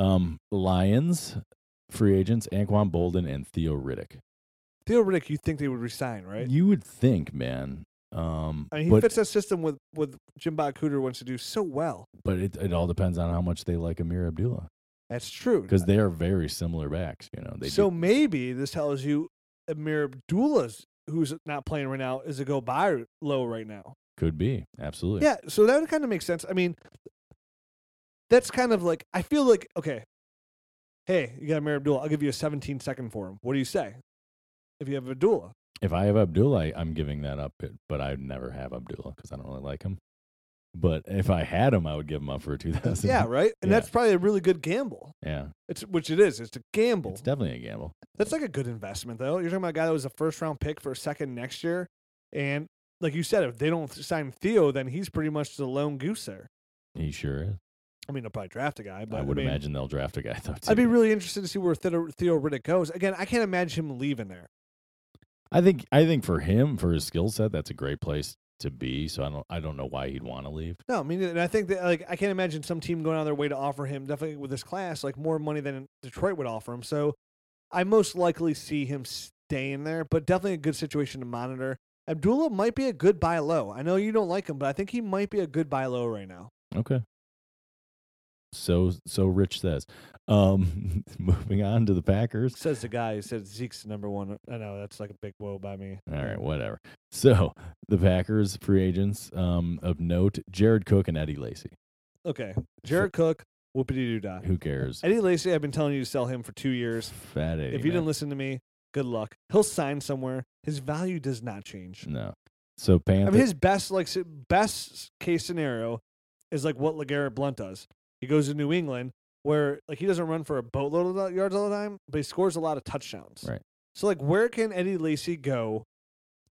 Speaker 3: Um, Lions free agents: Anquan Bolden and Theo Riddick.
Speaker 2: Theo Riddick, you think they would resign, right?
Speaker 3: You would think, man. Um,
Speaker 2: I mean, he
Speaker 3: but
Speaker 2: fits that system with with Jim Bob Cooter wants to do so well.
Speaker 3: but it, it all depends on how much they like Amir Abdullah
Speaker 2: That's true.
Speaker 3: because they are very similar backs. You know, they
Speaker 2: so
Speaker 3: do,
Speaker 2: maybe this tells you Amir Abdullah's who's not playing right now is a go buy low right now.
Speaker 3: could be absolutely.
Speaker 2: Yeah, so that would kind of make sense. I mean, that's kind of like I feel like okay, hey, you got Amir Abdullah. I'll give you a 17 second for him. What do you say? If you have Abdullah,
Speaker 3: if I have Abdullah, I'm giving that up. but- But I would never have Abdullah because I don't really like him. But if I had him, I would give him up for a two thousand.
Speaker 2: Yeah, right. And
Speaker 3: Yeah.
Speaker 2: that's probably a really good gamble.
Speaker 3: yeah,
Speaker 2: It's which it is. It's a gamble.
Speaker 3: it's definitely a gamble.
Speaker 2: That's like a good investment, though. You're talking about a guy that was a first round pick for a second next year. And like you said, if they don't sign Theo, then he's pretty much the lone goose there.
Speaker 3: He sure is.
Speaker 2: I mean, they'll probably draft a guy, but
Speaker 3: I would
Speaker 2: mean,
Speaker 3: imagine they'll draft a guy. Though,
Speaker 2: I'd be
Speaker 3: too.
Speaker 2: really interested to see where Theo, Theo Riddick goes. Again, I can't imagine him leaving there.
Speaker 3: I think I think for him for his skill set, that's a great place to be. So I don't I don't know why he'd want to leave.
Speaker 2: No, I mean, and I think that like I can't imagine some team going out of their way to offer him definitely with this class like more money than Detroit would offer him. So I most likely see him staying there, but definitely a good situation to monitor. Abdullah might be a good buy low. I know you don't like him, but I think he might be a good buy low right now.
Speaker 3: Okay. So so Rich says. Um moving on to the Packers.
Speaker 2: Says the guy who said Zeke's number one. I know that's like a big woe by me.
Speaker 3: All right, whatever. So the Packers free agents um of note, Jared Cook and Eddie Lacy.
Speaker 2: Okay, Jared Cook, whoopity doo dah.
Speaker 3: Who cares?
Speaker 2: Eddie Lacy, I've been telling you to sell him for two years.
Speaker 3: Fat Eddie.
Speaker 2: If you
Speaker 3: man.
Speaker 2: didn't listen to me, good luck. He'll sign somewhere. His value does not change.
Speaker 3: No. So
Speaker 2: I
Speaker 3: Panthers
Speaker 2: mean, his best like s- best case scenario is like what Legarrette Blunt does. He goes to New England where like he doesn't run for a boatload of tho- yards all the time, but he scores a lot of touchdowns.
Speaker 3: Right.
Speaker 2: So like, where can Eddie Lacy go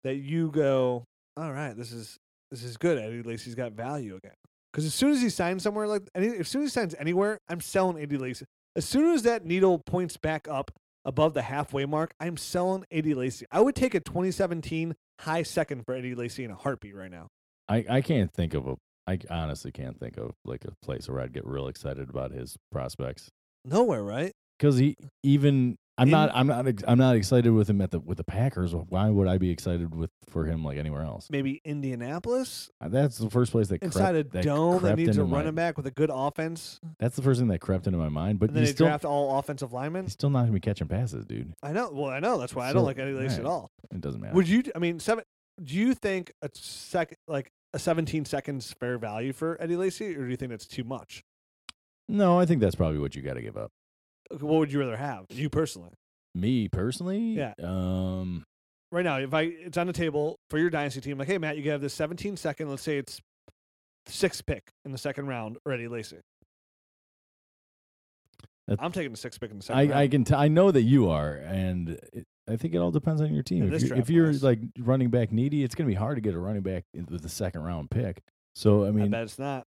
Speaker 2: that you go? All right, this is this is good. Eddie Lacy's got value again. Because as soon as he signs somewhere like any, as soon as he signs anywhere, I'm selling Eddie Lacy. As soon as that needle points back up above the halfway mark, I'm selling Eddie Lacy. I would take a 2017 high second for Eddie Lacy in a heartbeat right now.
Speaker 3: I, I can't think of a I honestly can't think of like a place where I'd get real excited about his prospects.
Speaker 2: Nowhere, right?
Speaker 3: because he even I'm
Speaker 2: In-
Speaker 3: not I'm not ex- I'm not excited with him at the with the Packers. Why would I be excited with for him like anywhere else?
Speaker 2: Maybe Indianapolis
Speaker 3: Uh, That's the first place that
Speaker 2: inside
Speaker 3: crept,
Speaker 2: a dome that
Speaker 3: crept
Speaker 2: needs a
Speaker 3: into my-
Speaker 2: running back with a good offense,
Speaker 3: That's the first thing that crept into my mind. But
Speaker 2: and then
Speaker 3: he's
Speaker 2: they
Speaker 3: still
Speaker 2: draft all offensive linemen.
Speaker 3: he's still not gonna be catching passes, dude.
Speaker 2: I know. Well, I know that's why I don't
Speaker 3: So,
Speaker 2: like Eddie Lacy at
Speaker 3: right.
Speaker 2: all.
Speaker 3: It doesn't matter.
Speaker 2: Would you? I mean, seven. Do you think a sec like a 17 seconds fair value for Eddie Lacy, or do you think that's too much?
Speaker 3: no, I think that's probably what you got to give up.
Speaker 2: What would you rather have? You personally,
Speaker 3: Me personally,
Speaker 2: Yeah.
Speaker 3: Um,
Speaker 2: right now, if I it's on the table for your dynasty team, like, hey Matt, you can have this 17 second. Let's say it's sixth pick in the second round, or Eddie Lacy.
Speaker 3: That's-
Speaker 2: I'm taking the sixth pick in the second. round.
Speaker 3: I, I can t- I know that you are, and it, I think it all depends on your
Speaker 2: Yeah,
Speaker 3: team.
Speaker 2: this
Speaker 3: if you're,
Speaker 2: draft
Speaker 3: if you're
Speaker 2: class.
Speaker 3: like running back needy, it's gonna be hard to get a running back in- with the second round pick. So I
Speaker 2: I,
Speaker 3: mean,
Speaker 2: bet it's not.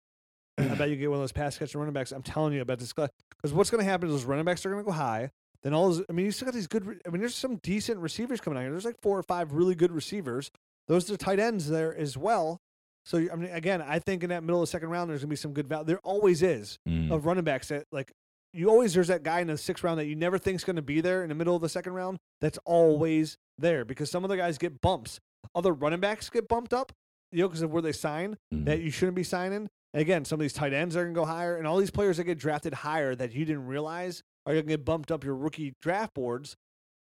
Speaker 2: I bet you get one of those pass catching running backs. I'm telling you about this because what's going to happen is those running backs are going to go high. Then all those, I mean, you still got these good. re- I mean, there's some decent receivers coming out here. There's like four or five really good receivers. Those are tight ends there as well. So you- I mean, again, I think in that middle of the second round, there's going to be some good value. There always is
Speaker 3: mm,
Speaker 2: of running backs that like you always there's that guy in the sixth round that you never think's going to be there in the middle of the second round. That's always there because some other guys get bumps. Other running backs get bumped up, you know, because of where they sign
Speaker 3: mm.
Speaker 2: that you shouldn't be signing. And again, some of these tight ends are going to go higher, and all these players that get drafted higher that you didn't realize are going to get bumped up your rookie draft boards,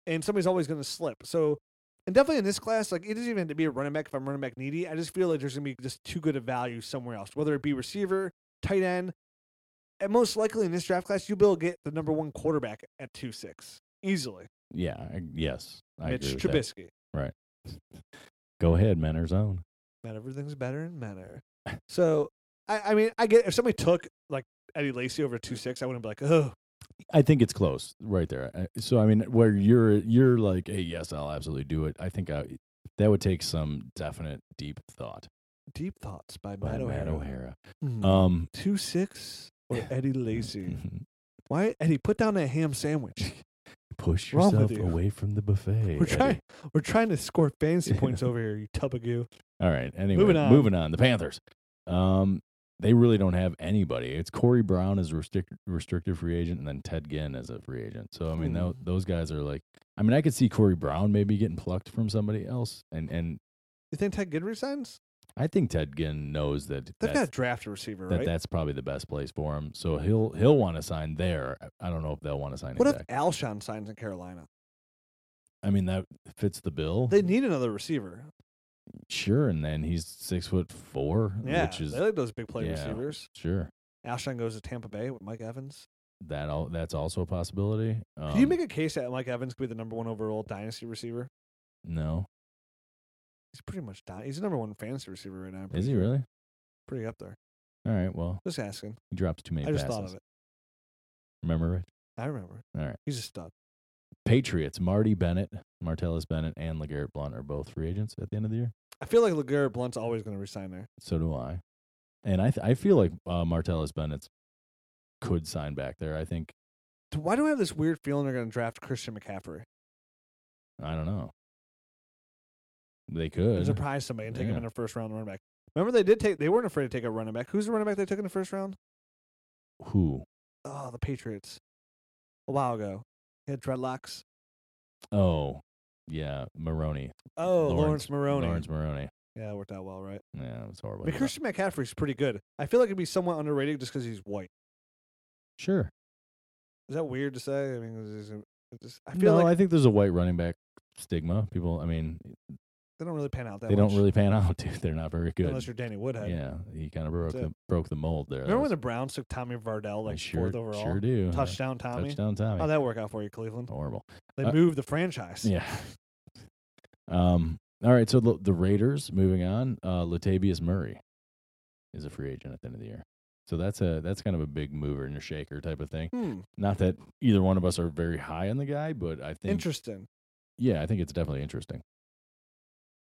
Speaker 2: and somebody's always going to slip. So, and definitely in this class, like it doesn't even have to be a running back if I'm running back needy. I just feel like there's going to be just too good a value somewhere else, whether it be receiver, tight end. And most likely in this draft class, you will get the number one quarterback at 2 6 easily.
Speaker 3: Yeah. I, yes. I
Speaker 2: Mitch
Speaker 3: agree with that.
Speaker 2: Trubisky.
Speaker 3: Go ahead, Menner's own.
Speaker 2: Not everything's better in manner. So I, I mean, I get if somebody took like Eddie Lacy over two six, I wouldn't be like, oh,
Speaker 3: I think it's close right there. I- So I mean, where you're you're like, hey, yes, I'll absolutely do it. I think I that would take some definite deep thought
Speaker 2: deep thoughts by
Speaker 3: by
Speaker 2: Matt O'Hara.
Speaker 3: Matt O'Hara.
Speaker 2: Hmm.
Speaker 3: Um, Mm-hmm.
Speaker 2: two six or Eddie Lacy? Why Eddie? Put down that ham sandwich.
Speaker 3: push
Speaker 2: Wrong with
Speaker 3: yourself
Speaker 2: you.
Speaker 3: away from the buffet.
Speaker 2: We're trying.
Speaker 3: Eddie.
Speaker 2: We're trying to score fancy points over here, you tub of goo.
Speaker 3: All right. Anyway,
Speaker 2: Moving on.
Speaker 3: The Panthers. Um, they really don't have anybody. It's Corey Brown as restrict, restricted free agent, and then Ted Ginn as a free agent. So I mean, tho-
Speaker 2: Hmm.
Speaker 3: those guys are like. I mean, I could see Corey Brown maybe getting plucked from somebody else, and and
Speaker 2: You think Ted Ginn resigns?
Speaker 3: I think Ted Ginn knows that
Speaker 2: They've
Speaker 3: that's-
Speaker 2: got a draft receiver,
Speaker 3: that
Speaker 2: right?
Speaker 3: that's probably the best place for him. So he'll he'll want to sign there. I- I don't know if they'll want to sign
Speaker 2: what
Speaker 3: him
Speaker 2: if
Speaker 3: back.
Speaker 2: Alshon signs in Carolina?
Speaker 3: I mean, that fits the bill.
Speaker 2: They need another receiver.
Speaker 3: sure, and then he's six foot four,
Speaker 2: Yeah,
Speaker 3: which is
Speaker 2: they like those big play
Speaker 3: yeah.
Speaker 2: receivers.
Speaker 3: sure
Speaker 2: Alshon goes to Tampa Bay with Mike Evans.
Speaker 3: that all that's also a possibility. Um,
Speaker 2: Could you make a case that Mike Evans could be the number one overall dynasty receiver?
Speaker 3: no?
Speaker 2: He's pretty much dot. He's the number one fantasy receiver right now.
Speaker 3: Is
Speaker 2: pretty
Speaker 3: he
Speaker 2: sure.
Speaker 3: really?
Speaker 2: Pretty up there.
Speaker 3: All right. Well,
Speaker 2: Just asking.
Speaker 3: he drops too many
Speaker 2: I just
Speaker 3: passes.
Speaker 2: thought of it.
Speaker 3: Remember, Rich?
Speaker 2: I remember.
Speaker 3: All right.
Speaker 2: He's a stud.
Speaker 3: Patriots. Marty Bennett, Martellus Bennett, and Legarrette Blunt are both free agents at the end of the year.
Speaker 2: I feel like Legarrette Blunt's always going to resign there.
Speaker 3: So do I. And I th- I feel like uh, Martellus Bennett could sign back there. I think
Speaker 2: Th- Why do I have this weird feeling they're going to draft Christian McCaffrey?
Speaker 3: I don't know. They
Speaker 2: And
Speaker 3: could.
Speaker 2: surprise somebody and take him
Speaker 3: Yeah.
Speaker 2: in a first round running back. Remember they did take. They weren't afraid to take a running back. Who's the running back they took in the first round?
Speaker 3: Who?
Speaker 2: Oh, the Patriots. A while ago, he had dreadlocks.
Speaker 3: Oh, yeah, Maroney.
Speaker 2: Oh, Lawrence,
Speaker 3: Lawrence-
Speaker 2: Maroney.
Speaker 3: Lawrence Maroney.
Speaker 2: Yeah, it worked out well, right?
Speaker 3: Yeah, it was horrible.
Speaker 2: But Christian McCaffrey's pretty good. I feel like it'd be somewhat underrated just because he's white.
Speaker 3: sure.
Speaker 2: Is that weird to say? I mean, is- is it- it just- I feel
Speaker 3: No,
Speaker 2: like
Speaker 3: I think there's a white running back stigma. People, I mean,
Speaker 2: they don't really pan out that
Speaker 3: they
Speaker 2: much.
Speaker 3: don't really pan out, dude. They're not very good.
Speaker 2: Unless you're Danny Woodhead.
Speaker 3: yeah, he kind of broke
Speaker 2: That's it.
Speaker 3: the broke the mold there.
Speaker 2: Remember when
Speaker 3: That's-
Speaker 2: the Browns took Tommy Vardell
Speaker 3: I
Speaker 2: like
Speaker 3: sure,
Speaker 2: fourth overall?
Speaker 3: Sure do.
Speaker 2: Touchdown Tommy.
Speaker 3: Touchdown Tommy.
Speaker 2: How'd that work out for you, Cleveland?
Speaker 3: horrible.
Speaker 2: They
Speaker 3: Uh,
Speaker 2: moved the franchise.
Speaker 3: Yeah. Um. All right. So the, the Raiders. Moving on. Uh, Latavius Murray is a free agent at the end of the year. So that's a that's kind of a big mover and a shaker type of thing.
Speaker 2: Hmm.
Speaker 3: Not that either one of us are very high on the guy, but I think
Speaker 2: Interesting.
Speaker 3: yeah, I think it's definitely interesting.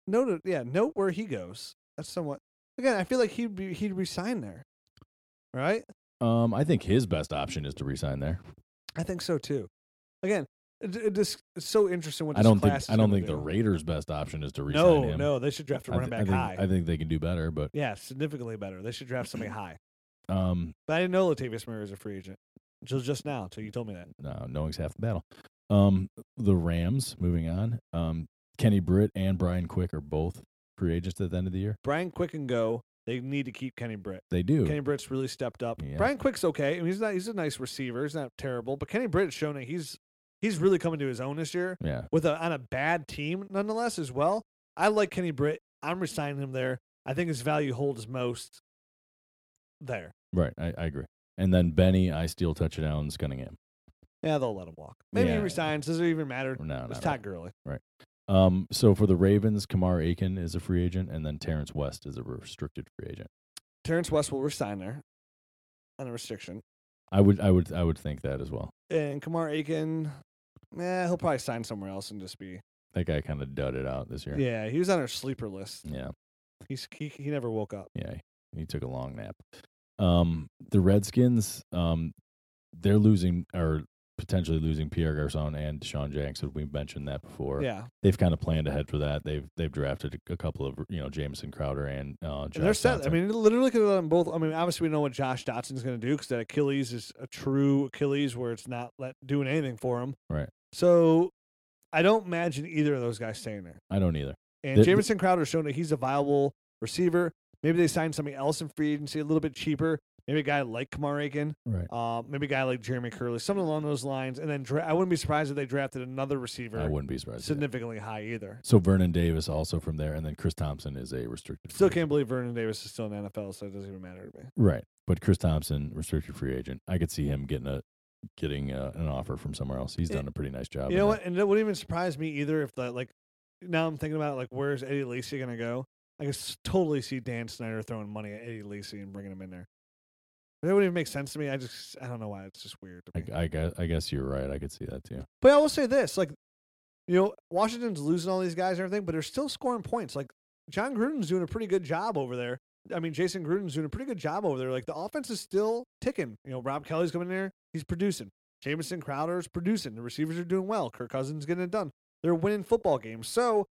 Speaker 2: Note yeah, note where he goes. That's somewhat again, I feel like he'd be he'd resign there. Right?
Speaker 3: Um, I think his best option is to resign there.
Speaker 2: I think so too. Again, it, it just, it's so interesting what
Speaker 3: I
Speaker 2: this
Speaker 3: don't think
Speaker 2: class is
Speaker 3: I don't
Speaker 2: gonna
Speaker 3: think the
Speaker 2: do.
Speaker 3: Raiders' best option is to resign
Speaker 2: No,
Speaker 3: him.
Speaker 2: no, they should draft a
Speaker 3: I,
Speaker 2: running
Speaker 3: th- I
Speaker 2: back
Speaker 3: think,
Speaker 2: high.
Speaker 3: I think they can do better, but
Speaker 2: yeah, significantly better. They should draft somebody high.
Speaker 3: um,
Speaker 2: But I didn't know Latavius Murray was a free agent until just now, until you told me that.
Speaker 3: no, knowing's half the battle. Um, the Rams, moving on. Um, Kenny Britt and Brian Quick are both free agents at the end of the year.
Speaker 2: Brian Quick and go. They need to keep Kenny Britt.
Speaker 3: They do.
Speaker 2: Kenny Britt's really stepped up.
Speaker 3: Yeah.
Speaker 2: Brian Quick's okay. I mean, he's not. He's a nice receiver. He's not terrible. But Kenny Britt's shown that he's he's really coming to his own this year
Speaker 3: yeah,
Speaker 2: with a, on a bad team nonetheless as well. I like Kenny Britt. I'm resigning him there. I think his value holds most there.
Speaker 3: right. I, I agree. And then Benny, I steal touchdowns, Cunningham.
Speaker 2: Yeah, they'll let him walk. Maybe he
Speaker 3: Yeah.
Speaker 2: resigns. Does it even matter?
Speaker 3: No,
Speaker 2: It's
Speaker 3: not really.
Speaker 2: Todd Gurley.
Speaker 3: Um, so for the Ravens, Kamar Aiken is a free agent, and then Terrence West is a restricted free agent.
Speaker 2: Terrence West will resign there on a restriction.
Speaker 3: I would, I would, I would think that as well.
Speaker 2: And Kamar Aiken, eh, he'll probably sign somewhere else and just be.
Speaker 3: That guy kind of dudded out this year.
Speaker 2: Yeah, he was on our sleeper list.
Speaker 3: yeah,
Speaker 2: He's, he, he never woke up.
Speaker 3: yeah. He took a long nap. Um, the Redskins, um, they're losing or potentially losing Pierre Garcon and Deshaun Jackson. We mentioned that before.
Speaker 2: Yeah.
Speaker 3: They've kind of planned ahead for that. They've they've drafted a couple of you know Jameson Crowder and uh, Josh
Speaker 2: And they're set. I
Speaker 3: Johnson.
Speaker 2: mean, they literally could have let them both. I mean, obviously, we know what Josh Dotson's going to do because that Achilles is a true Achilles where it's not let, doing anything for him.
Speaker 3: Right.
Speaker 2: So I don't imagine either of those guys staying there.
Speaker 3: I don't either.
Speaker 2: And
Speaker 3: The- the-
Speaker 2: Jameson Crowder's shown that he's a viable receiver. Maybe they sign somebody else in free agency a little bit cheaper. Maybe a guy like Kamar Aiken.
Speaker 3: Right.
Speaker 2: Uh, maybe a guy like Jeremy Curley, something along those lines. And then dra- I wouldn't be surprised if they drafted another receiver
Speaker 3: I wouldn't be surprised. either.
Speaker 2: significantly high either.
Speaker 3: So Vernon Davis also from there, and then Chris Thompson is a restricted.
Speaker 2: Still
Speaker 3: free
Speaker 2: can't believe Vernon Davis is still in the NFL, so it doesn't even matter to me.
Speaker 3: agent. Right, but Chris Thompson restricted free agent. I could see him getting a getting uh an offer from somewhere else. He's
Speaker 2: Yeah.
Speaker 3: done a pretty nice job.
Speaker 2: You
Speaker 3: in
Speaker 2: know
Speaker 3: that.
Speaker 2: what? And it wouldn't even surprise me either if the like. Now I'm thinking about it, like where's Eddie Lacy gonna go? I can s- totally see Dan Snyder throwing money at Eddie Lacy and bringing him in there. That wouldn't even make sense to me. I just I don't know why it's just weird. To me.
Speaker 3: I, I guess I guess you're right. I could see that too.
Speaker 2: But I will say this, like, you know, Washington's losing all these guys and everything, but they're still scoring points. Like John Gruden's doing a pretty good job over there. I mean, Jason Gruden's doing a pretty good job over there. Like the offense is still ticking. You know, Rob Kelly's coming in there, he's producing. Jameson Crowder's producing. The receivers are doing well. Kirk Cousins getting it done. They're winning football games. So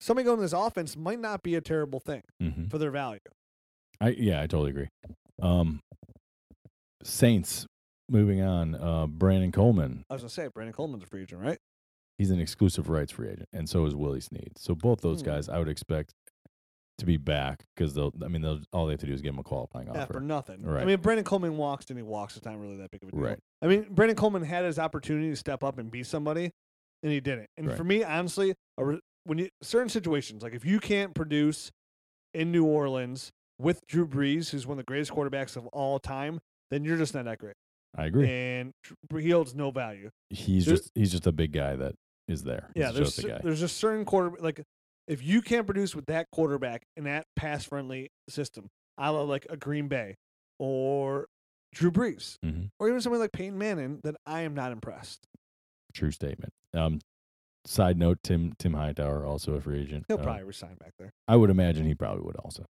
Speaker 2: somebody going to this offense might not be a terrible thing
Speaker 3: hmm
Speaker 2: for their value.
Speaker 3: I yeah, I totally agree. Um, Saints. Moving on, uh, Brandon Coleman.
Speaker 2: I was gonna say Brandon Coleman's a free agent, right?
Speaker 3: He's an exclusive rights free agent, and so is Willie Snead. So both those
Speaker 2: Hmm.
Speaker 3: guys, I would expect to be back because they'll. I mean, they'll all they have to do is give him a qualifying
Speaker 2: Yeah, for
Speaker 3: offer.
Speaker 2: nothing. I
Speaker 3: Right.
Speaker 2: mean, if Brandon Coleman walks and he walks. It's not really that big of a deal.
Speaker 3: Right.
Speaker 2: I mean, Brandon Coleman had his opportunity to step up and be somebody, and he didn't. And
Speaker 3: Right.
Speaker 2: for me, honestly, a re- when you certain situations, like if you can't produce in New Orleans with Drew Brees, who's one of the greatest quarterbacks of all time, then you're just not that great,
Speaker 3: I agree.
Speaker 2: and Drew- he holds no value.
Speaker 3: he's
Speaker 2: there-
Speaker 3: just he's just a big guy that is there.
Speaker 2: Yeah,
Speaker 3: he's
Speaker 2: there's
Speaker 3: just a guy.
Speaker 2: there's just certain quarter like If you can't produce with that quarterback in that pass friendly system, a la like a Green Bay or Drew Brees
Speaker 3: Mhm.
Speaker 2: or even somebody like Peyton Manning, then I am not impressed.
Speaker 3: True statement. Um, side note: Tim Tim Hightower also a free agent.
Speaker 2: He'll
Speaker 3: Uh,
Speaker 2: probably resign back there.
Speaker 3: I would imagine he probably would also.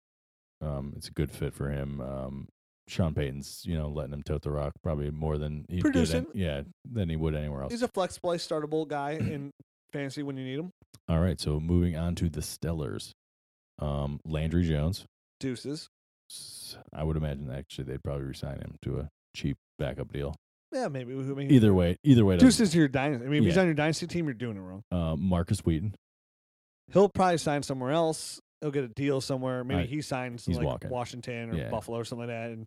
Speaker 3: Um, it's a good fit for him. Um, Sean Payton's, you know, letting him tote the rock probably more than he'd get
Speaker 2: Producing.
Speaker 3: an- yeah, than he would anywhere else.
Speaker 2: He's a flex play startable guy in fantasy when you need him.
Speaker 3: All right, so moving on to the Stellars. Um, Landry Jones.
Speaker 2: Deuces.
Speaker 3: S- I would imagine actually they'd probably resign him to a cheap backup deal.
Speaker 2: Yeah, maybe. Who maybe
Speaker 3: Either way, either way, it doesn't-
Speaker 2: Deuces to your dynasty. I mean, if he's
Speaker 3: Yeah.
Speaker 2: on your dynasty team, you're doing it wrong.
Speaker 3: uh, Marcus Wheaton.
Speaker 2: He'll probably sign somewhere else. He'll get a deal somewhere. Maybe
Speaker 3: Right.
Speaker 2: he signs
Speaker 3: He's
Speaker 2: like
Speaker 3: walking.
Speaker 2: Washington or
Speaker 3: Yeah.
Speaker 2: Buffalo or something like that. And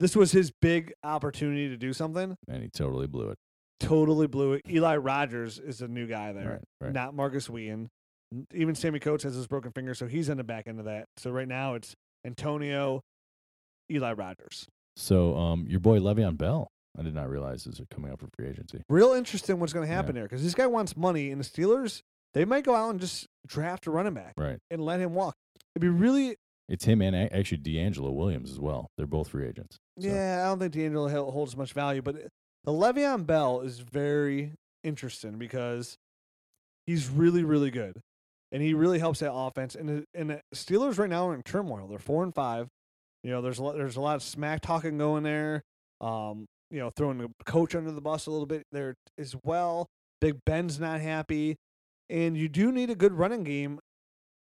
Speaker 2: this was his big opportunity to do something.
Speaker 3: and he totally blew it.
Speaker 2: Totally blew it. Eli Rogers is the new guy there,
Speaker 3: Right, right.
Speaker 2: not Marcus Wheaton. N- Even Sammy Coates has his broken finger, so he's on the back end of that. So right now it's Antonio, Eli Rogers.
Speaker 3: So, um, your boy Le'Veon Bell, I did not realize is coming up for free agency.
Speaker 2: Real interesting what's going to
Speaker 3: Yeah.
Speaker 2: happen there because this guy wants money, and the Steelers they might go out and just draft a running back
Speaker 3: Right.
Speaker 2: and let him walk. It'd be really
Speaker 3: It's him and a- actually D'Angelo Williams as well. They're both free agents. So,
Speaker 2: Yeah, I don't think D'Angelo Hill holds much value, but eh, the Le'Veon Bell is very interesting because he's really, really good, and he really helps that offense. And the- and the Steelers right now are in turmoil. They're four and five. You know, there's a lot, there's a lot of smack talking going there. Um, you know, throwing the coach under the bus a little bit there as well. Big Ben's not happy, and you do need a good running game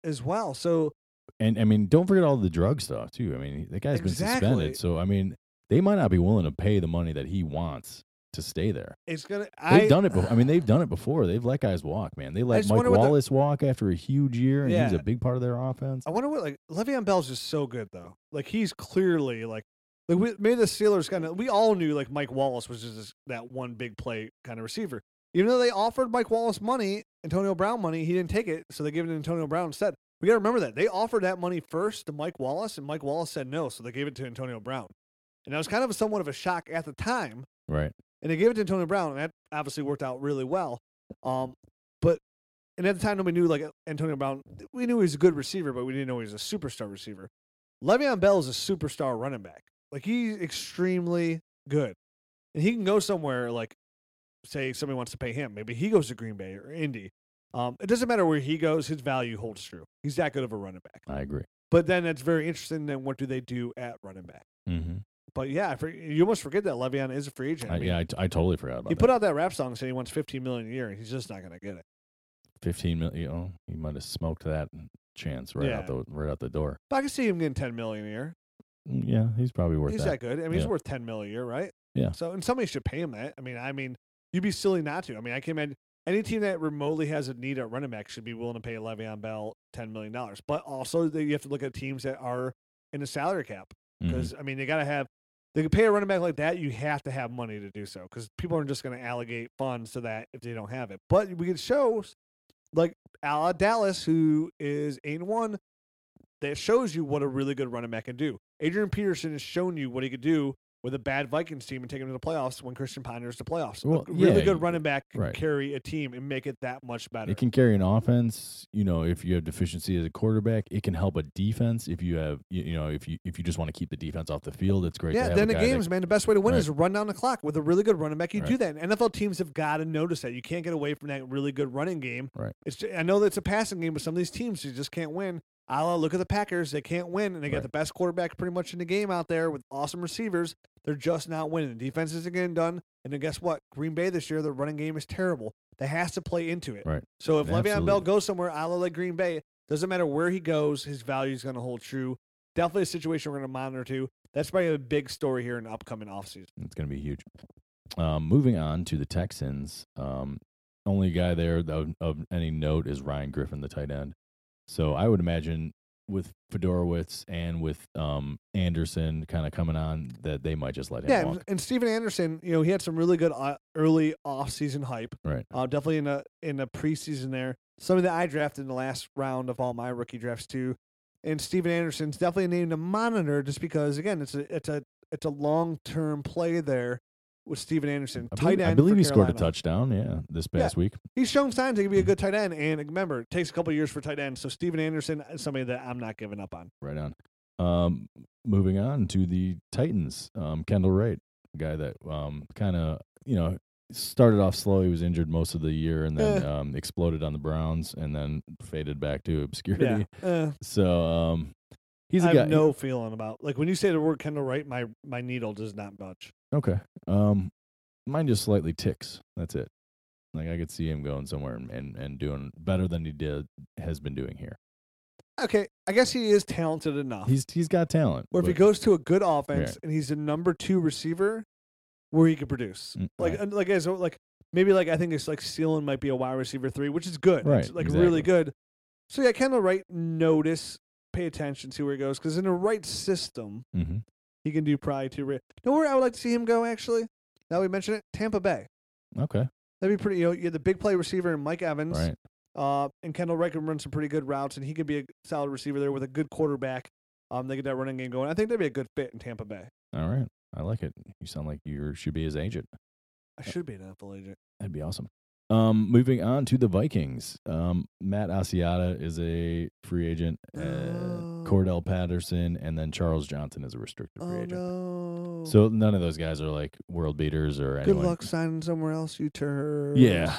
Speaker 2: as well. So
Speaker 3: And I mean, don't forget all the drug stuff too. I mean, that
Speaker 2: Exactly.
Speaker 3: guy's been suspended. So I mean, they might not be willing to pay the money that he wants to stay there.
Speaker 2: it's gonna.
Speaker 3: They've
Speaker 2: I,
Speaker 3: done it. Before. I mean, they've done it before. They've let guys walk, man. They let
Speaker 2: just
Speaker 3: Mike
Speaker 2: wonder what the-
Speaker 3: Wallace walk after a huge year, and he's
Speaker 2: Yeah.
Speaker 3: a big part of their offense.
Speaker 2: I wonder what like Le'Veon Bell's just so good though. Like he's clearly like like we made the Steelers kind of we all knew like Mike Wallace was just this, that one big play kind of receiver. Even though they offered Mike Wallace money, Antonio Brown money, he didn't take it, so they gave it to Antonio Brown instead. We got to remember that they offered that money first to Mike Wallace, and Mike Wallace said no, so they gave it to Antonio Brown. And that was kind of somewhat of a shock at the time
Speaker 3: Right.
Speaker 2: and they gave it to Antonio Brown, and that obviously worked out really well. Um, but and at the time, nobody knew like Antonio Brown. We knew he was a good receiver, but we didn't know he was a superstar receiver. Le'Veon Bell is a superstar running back. Like he's extremely good, and he can go somewhere. Like, say somebody wants to pay him, maybe he goes to Green Bay or Indy. Um, it doesn't matter where he goes; his value holds true. He's that good of a running back.
Speaker 3: I agree.
Speaker 2: But then that's very interesting. Then what do they do at running back?
Speaker 3: Mm-hmm.
Speaker 2: But yeah, I for, you almost forget that Le'Veon is a free agent.
Speaker 3: I,
Speaker 2: I mean,
Speaker 3: yeah, I, t- I totally forgot about
Speaker 2: he
Speaker 3: that.
Speaker 2: put out that rap song saying he wants 15 million a year, and he's just not going to get it.
Speaker 3: Fifteen million. You know, he might have smoked that chance right out
Speaker 2: Yeah.
Speaker 3: the right out the door.
Speaker 2: But I can see him getting 10 million a year.
Speaker 3: Mm, Yeah, he's probably worth
Speaker 2: he's that.
Speaker 3: that.
Speaker 2: good. I mean, he's
Speaker 3: Yeah.
Speaker 2: worth 10 million a year, right?
Speaker 3: Yeah.
Speaker 2: So, and somebody should pay him that. I mean, I mean, you'd be silly not to. I mean, I can imagine any team that remotely has a need at running back should be willing to pay Le'Veon Bell 10 million dollars. But also, that you have to look at teams that are in the salary cap
Speaker 3: Mhm.
Speaker 2: because I mean, they got to have. They can pay a running back like that. You have to have money to do so because people aren't just going to allocate funds to that if they don't have it. But we can show, like a la Dallas, who is eight and one, that shows you what a really good running back can do. Adrian Peterson has shown you what he could do with a bad Vikings team and take him to the playoffs when Christian Ponders the playoffs.
Speaker 3: Well,
Speaker 2: a really
Speaker 3: yeah,
Speaker 2: good running back can
Speaker 3: right.
Speaker 2: carry a team and make it that much better.
Speaker 3: It can carry an offense, you know, if you have deficiency as a quarterback. It can help a defense if you have, you, you know, if you if you just want to keep the defense off the field. It's great. to
Speaker 2: Yeah,
Speaker 3: have
Speaker 2: then
Speaker 3: a
Speaker 2: the
Speaker 3: guy that-
Speaker 2: games, man. The best way to win
Speaker 3: Right.
Speaker 2: is to run down the clock with a really good running back. You do
Speaker 3: Right.
Speaker 2: that, and NFL teams have got to notice that. You can't get away from that really good running game.
Speaker 3: Right.
Speaker 2: It's ju- I know that it's a passing game, but some of these teams you just can't win. A la look at the Packers, they can't win, and they
Speaker 3: Right.
Speaker 2: got the best quarterback pretty much in the game out there with awesome receivers. They're just not winning. The defense isn't getting done, and then guess what? Green Bay this year, their running game is terrible. That has to play into it.
Speaker 3: Right.
Speaker 2: So if Le'Veon Bell
Speaker 3: Absolutely.
Speaker 2: goes somewhere, a la like Green Bay, doesn't matter where he goes, his value is going to hold true. Definitely a situation we're going to monitor too. That's probably a big story here in the upcoming offseason.
Speaker 3: It's going to be huge. Um, moving on to the Texans. Um, only guy there that of, of any note is Ryan Griffin, the tight end. So I would imagine with Fedorowicz and with um, Anderson kind of coming on, that they might just let him
Speaker 2: Yeah,
Speaker 3: walk.
Speaker 2: and, and Steven Anderson, you know, he had some really good uh, early offseason hype.
Speaker 3: Right.
Speaker 2: Uh, definitely in the in the preseason there. Somebody that I drafted in the last round of all my rookie drafts too. And Steven Anderson's definitely a name to monitor just because again, it's a it's a it's a long term play there. with Steven Anderson,
Speaker 3: I
Speaker 2: tight
Speaker 3: believe,
Speaker 2: end.
Speaker 3: I believe
Speaker 2: for
Speaker 3: he scored a
Speaker 2: Carolina.
Speaker 3: touchdown. Yeah, this
Speaker 2: Yeah.
Speaker 3: past week.
Speaker 2: He's shown signs he could be a good tight end, and remember, it takes a couple years for tight ends. So Steven Anderson is somebody that I'm not giving up on.
Speaker 3: Right on. Um, moving on to the Titans. Um, Kendall Wright, a guy that um kind of you know started off slow. He was injured most of the year, and then um exploded on the Browns, and then faded back to obscurity.
Speaker 2: Eh. Yeah, uh,
Speaker 3: So um, he's
Speaker 2: I
Speaker 3: a
Speaker 2: have
Speaker 3: guy.
Speaker 2: no feeling about like when you say the word Kendall Wright, my my needle does not budge.
Speaker 3: Okay. Um, mine just slightly ticks. That's it. Like I could see him going somewhere and, and, and doing better than he did has been doing here.
Speaker 2: Okay, I guess he is talented enough.
Speaker 3: He's he's got talent.
Speaker 2: where if he
Speaker 3: but-
Speaker 2: goes to a good offense and he's a number two receiver, where he could produce
Speaker 3: Mm,
Speaker 2: like
Speaker 3: right.
Speaker 2: and, like as a- like maybe like I think it's like Sealan might be a wide receiver three, which is good, It's,
Speaker 3: Right,
Speaker 2: like really good. So yeah, Kendall Wright, notice, pay attention, see where he goes, because in the right system,
Speaker 3: Mhm.
Speaker 2: he can do probably two. Re- you know where I would like to see him go actually. Now we mention it, Tampa Bay.
Speaker 3: Okay.
Speaker 2: That'd be pretty. You know, you had the big play receiver and Mike Evans.
Speaker 3: Right.
Speaker 2: Uh, and Kendall Wright can run some pretty good routes, and he could be a solid receiver there with a good quarterback. Um, they get that running game going. I think that'd be a good fit in Tampa Bay.
Speaker 3: All right. I like it. You sound like you should be his agent.
Speaker 2: I should be an NFL agent.
Speaker 3: That'd be awesome. Um, moving on to the Vikings. Um, Matt Asiata is a free agent. Uh,
Speaker 2: No.
Speaker 3: Cordell Patterson and then Charles Johnson is a restricted free
Speaker 2: Oh. Oh
Speaker 3: agent.
Speaker 2: no!
Speaker 3: So none of those guys are like world beaters or
Speaker 2: good
Speaker 3: anyone.
Speaker 2: luck signing somewhere else, you turd.
Speaker 3: Yeah.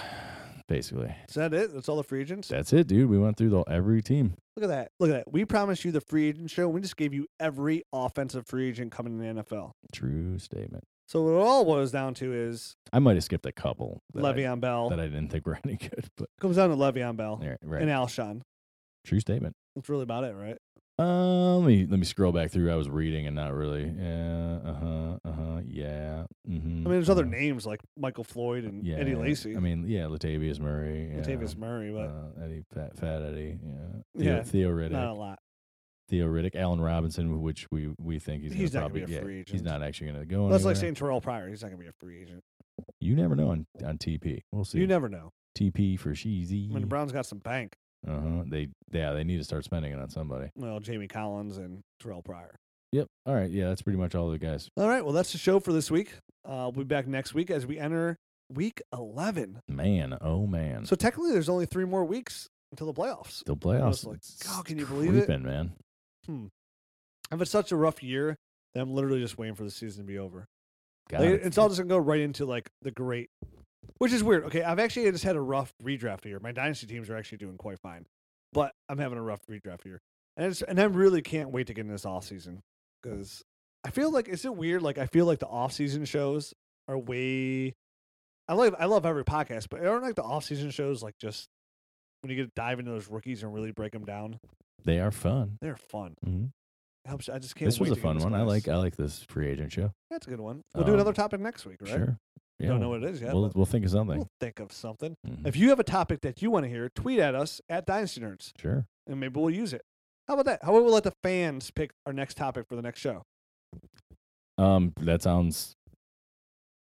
Speaker 3: Basically.
Speaker 2: Is that it? That's all the free agents.
Speaker 3: That's it, dude. We went through the, every team.
Speaker 2: Look at that. Look at that. We promised you the free agent show. We just gave you every offensive free agent coming in the NFL.
Speaker 3: True statement.
Speaker 2: So what it all boils down to is
Speaker 3: I might have skipped a couple that, I,
Speaker 2: Le'Veon Oh, Bell.
Speaker 3: that I didn't think were any good, but
Speaker 2: comes down to Le'Veon Bell
Speaker 3: yeah, right.
Speaker 2: and Alshon.
Speaker 3: True statement.
Speaker 2: That's really about it, right?
Speaker 3: Uh, let me let me scroll back through. I was reading and not really. Yeah. Uh huh. Uh huh. Yeah.
Speaker 2: I
Speaker 3: Mm-hmm,
Speaker 2: mean, there's other names like Michael Floyd and
Speaker 3: Yeah.
Speaker 2: Eddie Lacy,
Speaker 3: I mean, yeah, Latavius Murray. Yeah.
Speaker 2: Latavius Murray, but
Speaker 3: Uh, Eddie Fat, Fat Eddie. Yeah.
Speaker 2: Yeah,
Speaker 3: Theo, Theo
Speaker 2: not a
Speaker 3: Riddick.
Speaker 2: lot.
Speaker 3: Theo Riddick. Allen Robinson, which we we think he's,
Speaker 2: He's
Speaker 3: gonna
Speaker 2: not gonna be
Speaker 3: probably
Speaker 2: a
Speaker 3: yeah,
Speaker 2: free
Speaker 3: He's
Speaker 2: agent.
Speaker 3: not actually going to go
Speaker 2: That's
Speaker 3: anywhere.
Speaker 2: like saying Terrell Pryor. He's not going to be a free agent.
Speaker 3: you never know on, on TP. We'll see.
Speaker 2: You never know.
Speaker 3: TP for
Speaker 2: I
Speaker 3: Sheezy.
Speaker 2: mean, the Browns got some bank.
Speaker 3: Uh-huh. They yeah, they need to start spending it on somebody.
Speaker 2: Well, Jamie Collins and Terrell Pryor.
Speaker 3: Yep. All right. Yeah, that's pretty much all the guys.
Speaker 2: All right. Well, that's the show for this week. Uh, we'll be back next week as we enter week 11.
Speaker 3: Man, oh man.
Speaker 2: So technically, there's only three more weeks until the playoffs.
Speaker 3: the playoffs.
Speaker 2: Almost like,
Speaker 3: it's
Speaker 2: God, can you believe it?
Speaker 3: creeping, man.
Speaker 2: I've had such a rough year that I'm literally just waiting for the season to be over.
Speaker 3: God,
Speaker 2: Like, it's all just gonna go right into like the great, which is weird. Okay, I've actually just had a rough redraft year. My dynasty teams are actually doing quite fine, but I'm having a rough redraft year, and it's, and I really can't wait to get in this off season because I feel like is it weird? Like I feel like the off season shows are way. I love I love every podcast, but aren't like the off season shows like just when you get to dive into those rookies and really break them down?
Speaker 3: they are fun.
Speaker 2: They're fun.
Speaker 3: Mhm.
Speaker 2: Helps. I just can't.
Speaker 3: This was
Speaker 2: wait
Speaker 3: a
Speaker 2: to get in
Speaker 3: fun
Speaker 2: this
Speaker 3: one. I
Speaker 2: class.
Speaker 3: like I like this free agent show.
Speaker 2: That's a good one. We'll do
Speaker 3: Um,
Speaker 2: another topic next week, right?
Speaker 3: Sure. Yeah.
Speaker 2: Don't know what it is yet.
Speaker 3: we'll
Speaker 2: but-
Speaker 3: we'll think of something.
Speaker 2: We'll think of something.
Speaker 3: Mhm.
Speaker 2: If you have a topic that you want to hear, tweet at us at Dynasty Nerds,
Speaker 3: Sure.
Speaker 2: and maybe we'll use it. How about that? How about we let the fans pick our next topic for the next show?
Speaker 3: Um that sounds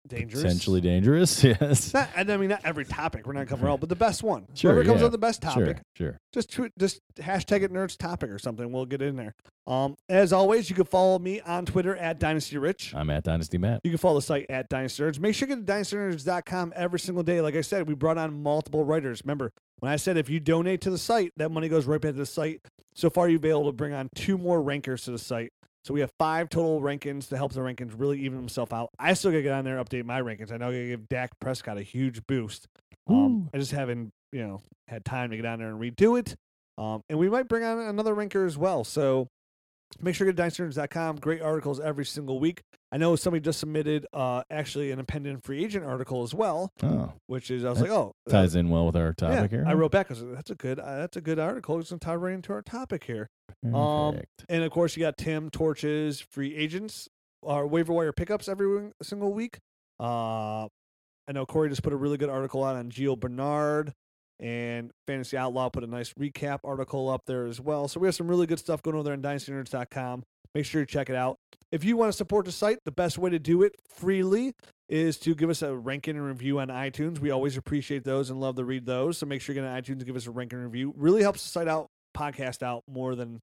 Speaker 2: Dangerous.
Speaker 3: potentially dangerous. Yes.
Speaker 2: Not, and I mean, not every topic. We're not covering all, but the best one.
Speaker 3: Sure,
Speaker 2: Whoever comes up
Speaker 3: yeah.
Speaker 2: with the best topic,
Speaker 3: sure. Sure.
Speaker 2: just tweet, just hashtag it Nerds topic or something. We'll get in there. Um, as always, you can follow me on Twitter at Dynasty Rich.
Speaker 3: I'm at Dynasty Matt.
Speaker 2: You can follow the site at Dynasty Nerds. Make sure you get to dynastynerds.com every single day. Like I said, we brought on multiple writers. Remember, when I said if you donate to the site, that money goes right back to the site. So far, you've been able to bring on two more rankers to the site. So we have five total rankings to help the rankings really even themselves out. I still got to get on there and update my rankings. I know I got to give Dak Prescott a huge boost. Um,
Speaker 3: Woo.
Speaker 2: I just haven't, you know, had time to get on there and redo it. Um, and we might bring on another ranker as well. So make sure you go to dynastynerds.com. Great articles every single week. I know somebody just submitted uh, actually an independent free agent article as well,
Speaker 3: Oh.
Speaker 2: which is I was
Speaker 3: That
Speaker 2: like, oh, uh,
Speaker 3: Ties in well with our
Speaker 2: yeah.
Speaker 3: topic here.
Speaker 2: I wrote back. I was like, that's a good, uh, that's a good article. It's gonna tie right into our topic here. um,
Speaker 3: Perfect.
Speaker 2: And of course, you got Tim Torches free agents, our waiver wire pickups every w- single week. Uh, I know Corey just put a really good article out on Gio Bernard, and Fantasy Outlaw put a nice recap article up there as well. So we have some really good stuff going over there on DynastyNerds.com. Make sure you check it out. If you want to support the site, the best way to do it freely is to give us a ranking and review on iTunes. We always appreciate those and love to read those. So make sure you get on iTunes and give us a ranking and review. Really helps the site out, podcast out more than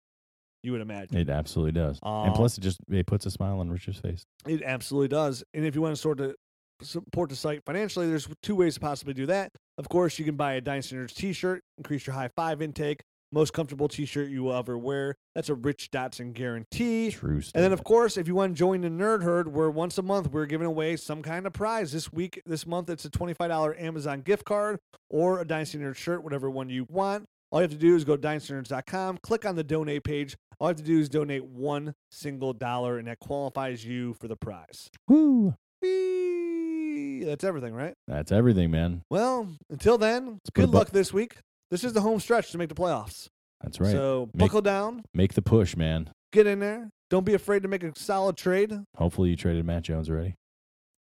Speaker 2: you would imagine.
Speaker 3: It absolutely does. and
Speaker 2: Uh,
Speaker 3: plus, it just it puts a smile on Richard's face.
Speaker 2: It absolutely does. And if you want to sort of support the site financially, there's two ways to possibly do that. Of course, you can buy a Dynasty Nerds t-shirt, increase your high five intake, most comfortable t-shirt you will ever wear. That's a Rich Dotson guarantee.
Speaker 3: True.
Speaker 2: And then, of course, if you want to join the Nerd Herd, where once a month we're giving away some kind of prize. This week, this month, it's a $25 Amazon gift card or a Dynasty Nerd shirt, whatever one you want. All you have to do is go to dynastynerds.com, click on the donate page. All you have to do is donate one single dollar, and that qualifies you for the prize.
Speaker 3: Woo.
Speaker 2: Whee! That's everything, right?
Speaker 3: That's everything, man.
Speaker 2: Well, until then,
Speaker 3: Let's put a
Speaker 2: good
Speaker 3: bu-
Speaker 2: luck this week. This is the home stretch to make the playoffs.
Speaker 3: That's right.
Speaker 2: So
Speaker 3: Make-
Speaker 2: buckle down,
Speaker 3: Make the push, man.
Speaker 2: get in there. Don't be afraid to make a solid trade.
Speaker 3: Hopefully you traded Matt Jones already.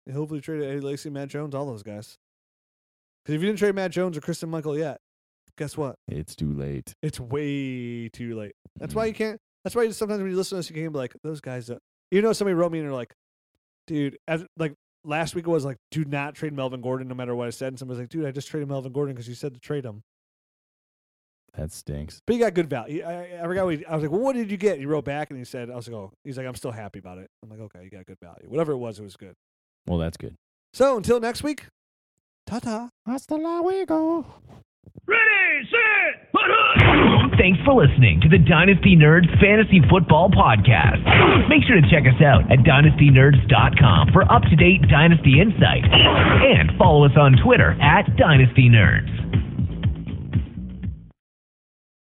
Speaker 2: And hopefully trade Eddie Lacy, Matt Jones, all those guys. Because if you didn't trade Matt Jones or Kristen Michael yet, guess what?
Speaker 3: It's too late.
Speaker 2: It's way too late. That's why you can't. That's why you sometimes when you listen to this, you can't be like those guys. That, you know, somebody wrote me and they're like, "Dude, as like last week it was like, do not trade Melvin Gordon, no matter what I said." And somebody's like, "Dude, I just traded Melvin Gordon because you said to trade him."
Speaker 3: That stinks.
Speaker 2: But he got good value. I, I forgot. What he, I was like, "Well, what did you get?" He wrote back and he said, "I was like, oh, he's like, I'm still happy about it." I'm like, "Okay, you got good value. Whatever it was, it was good."
Speaker 3: Well, that's good.
Speaker 2: So until next week, ta ta.
Speaker 3: Hasta luego.
Speaker 1: Ready, set, put up! Thanks for listening to the Dynasty Nerds Fantasy Football Podcast. Make sure to check us out at dynastynerds.com for up to date Dynasty insight. And follow us on Twitter at Dynasty Nerds.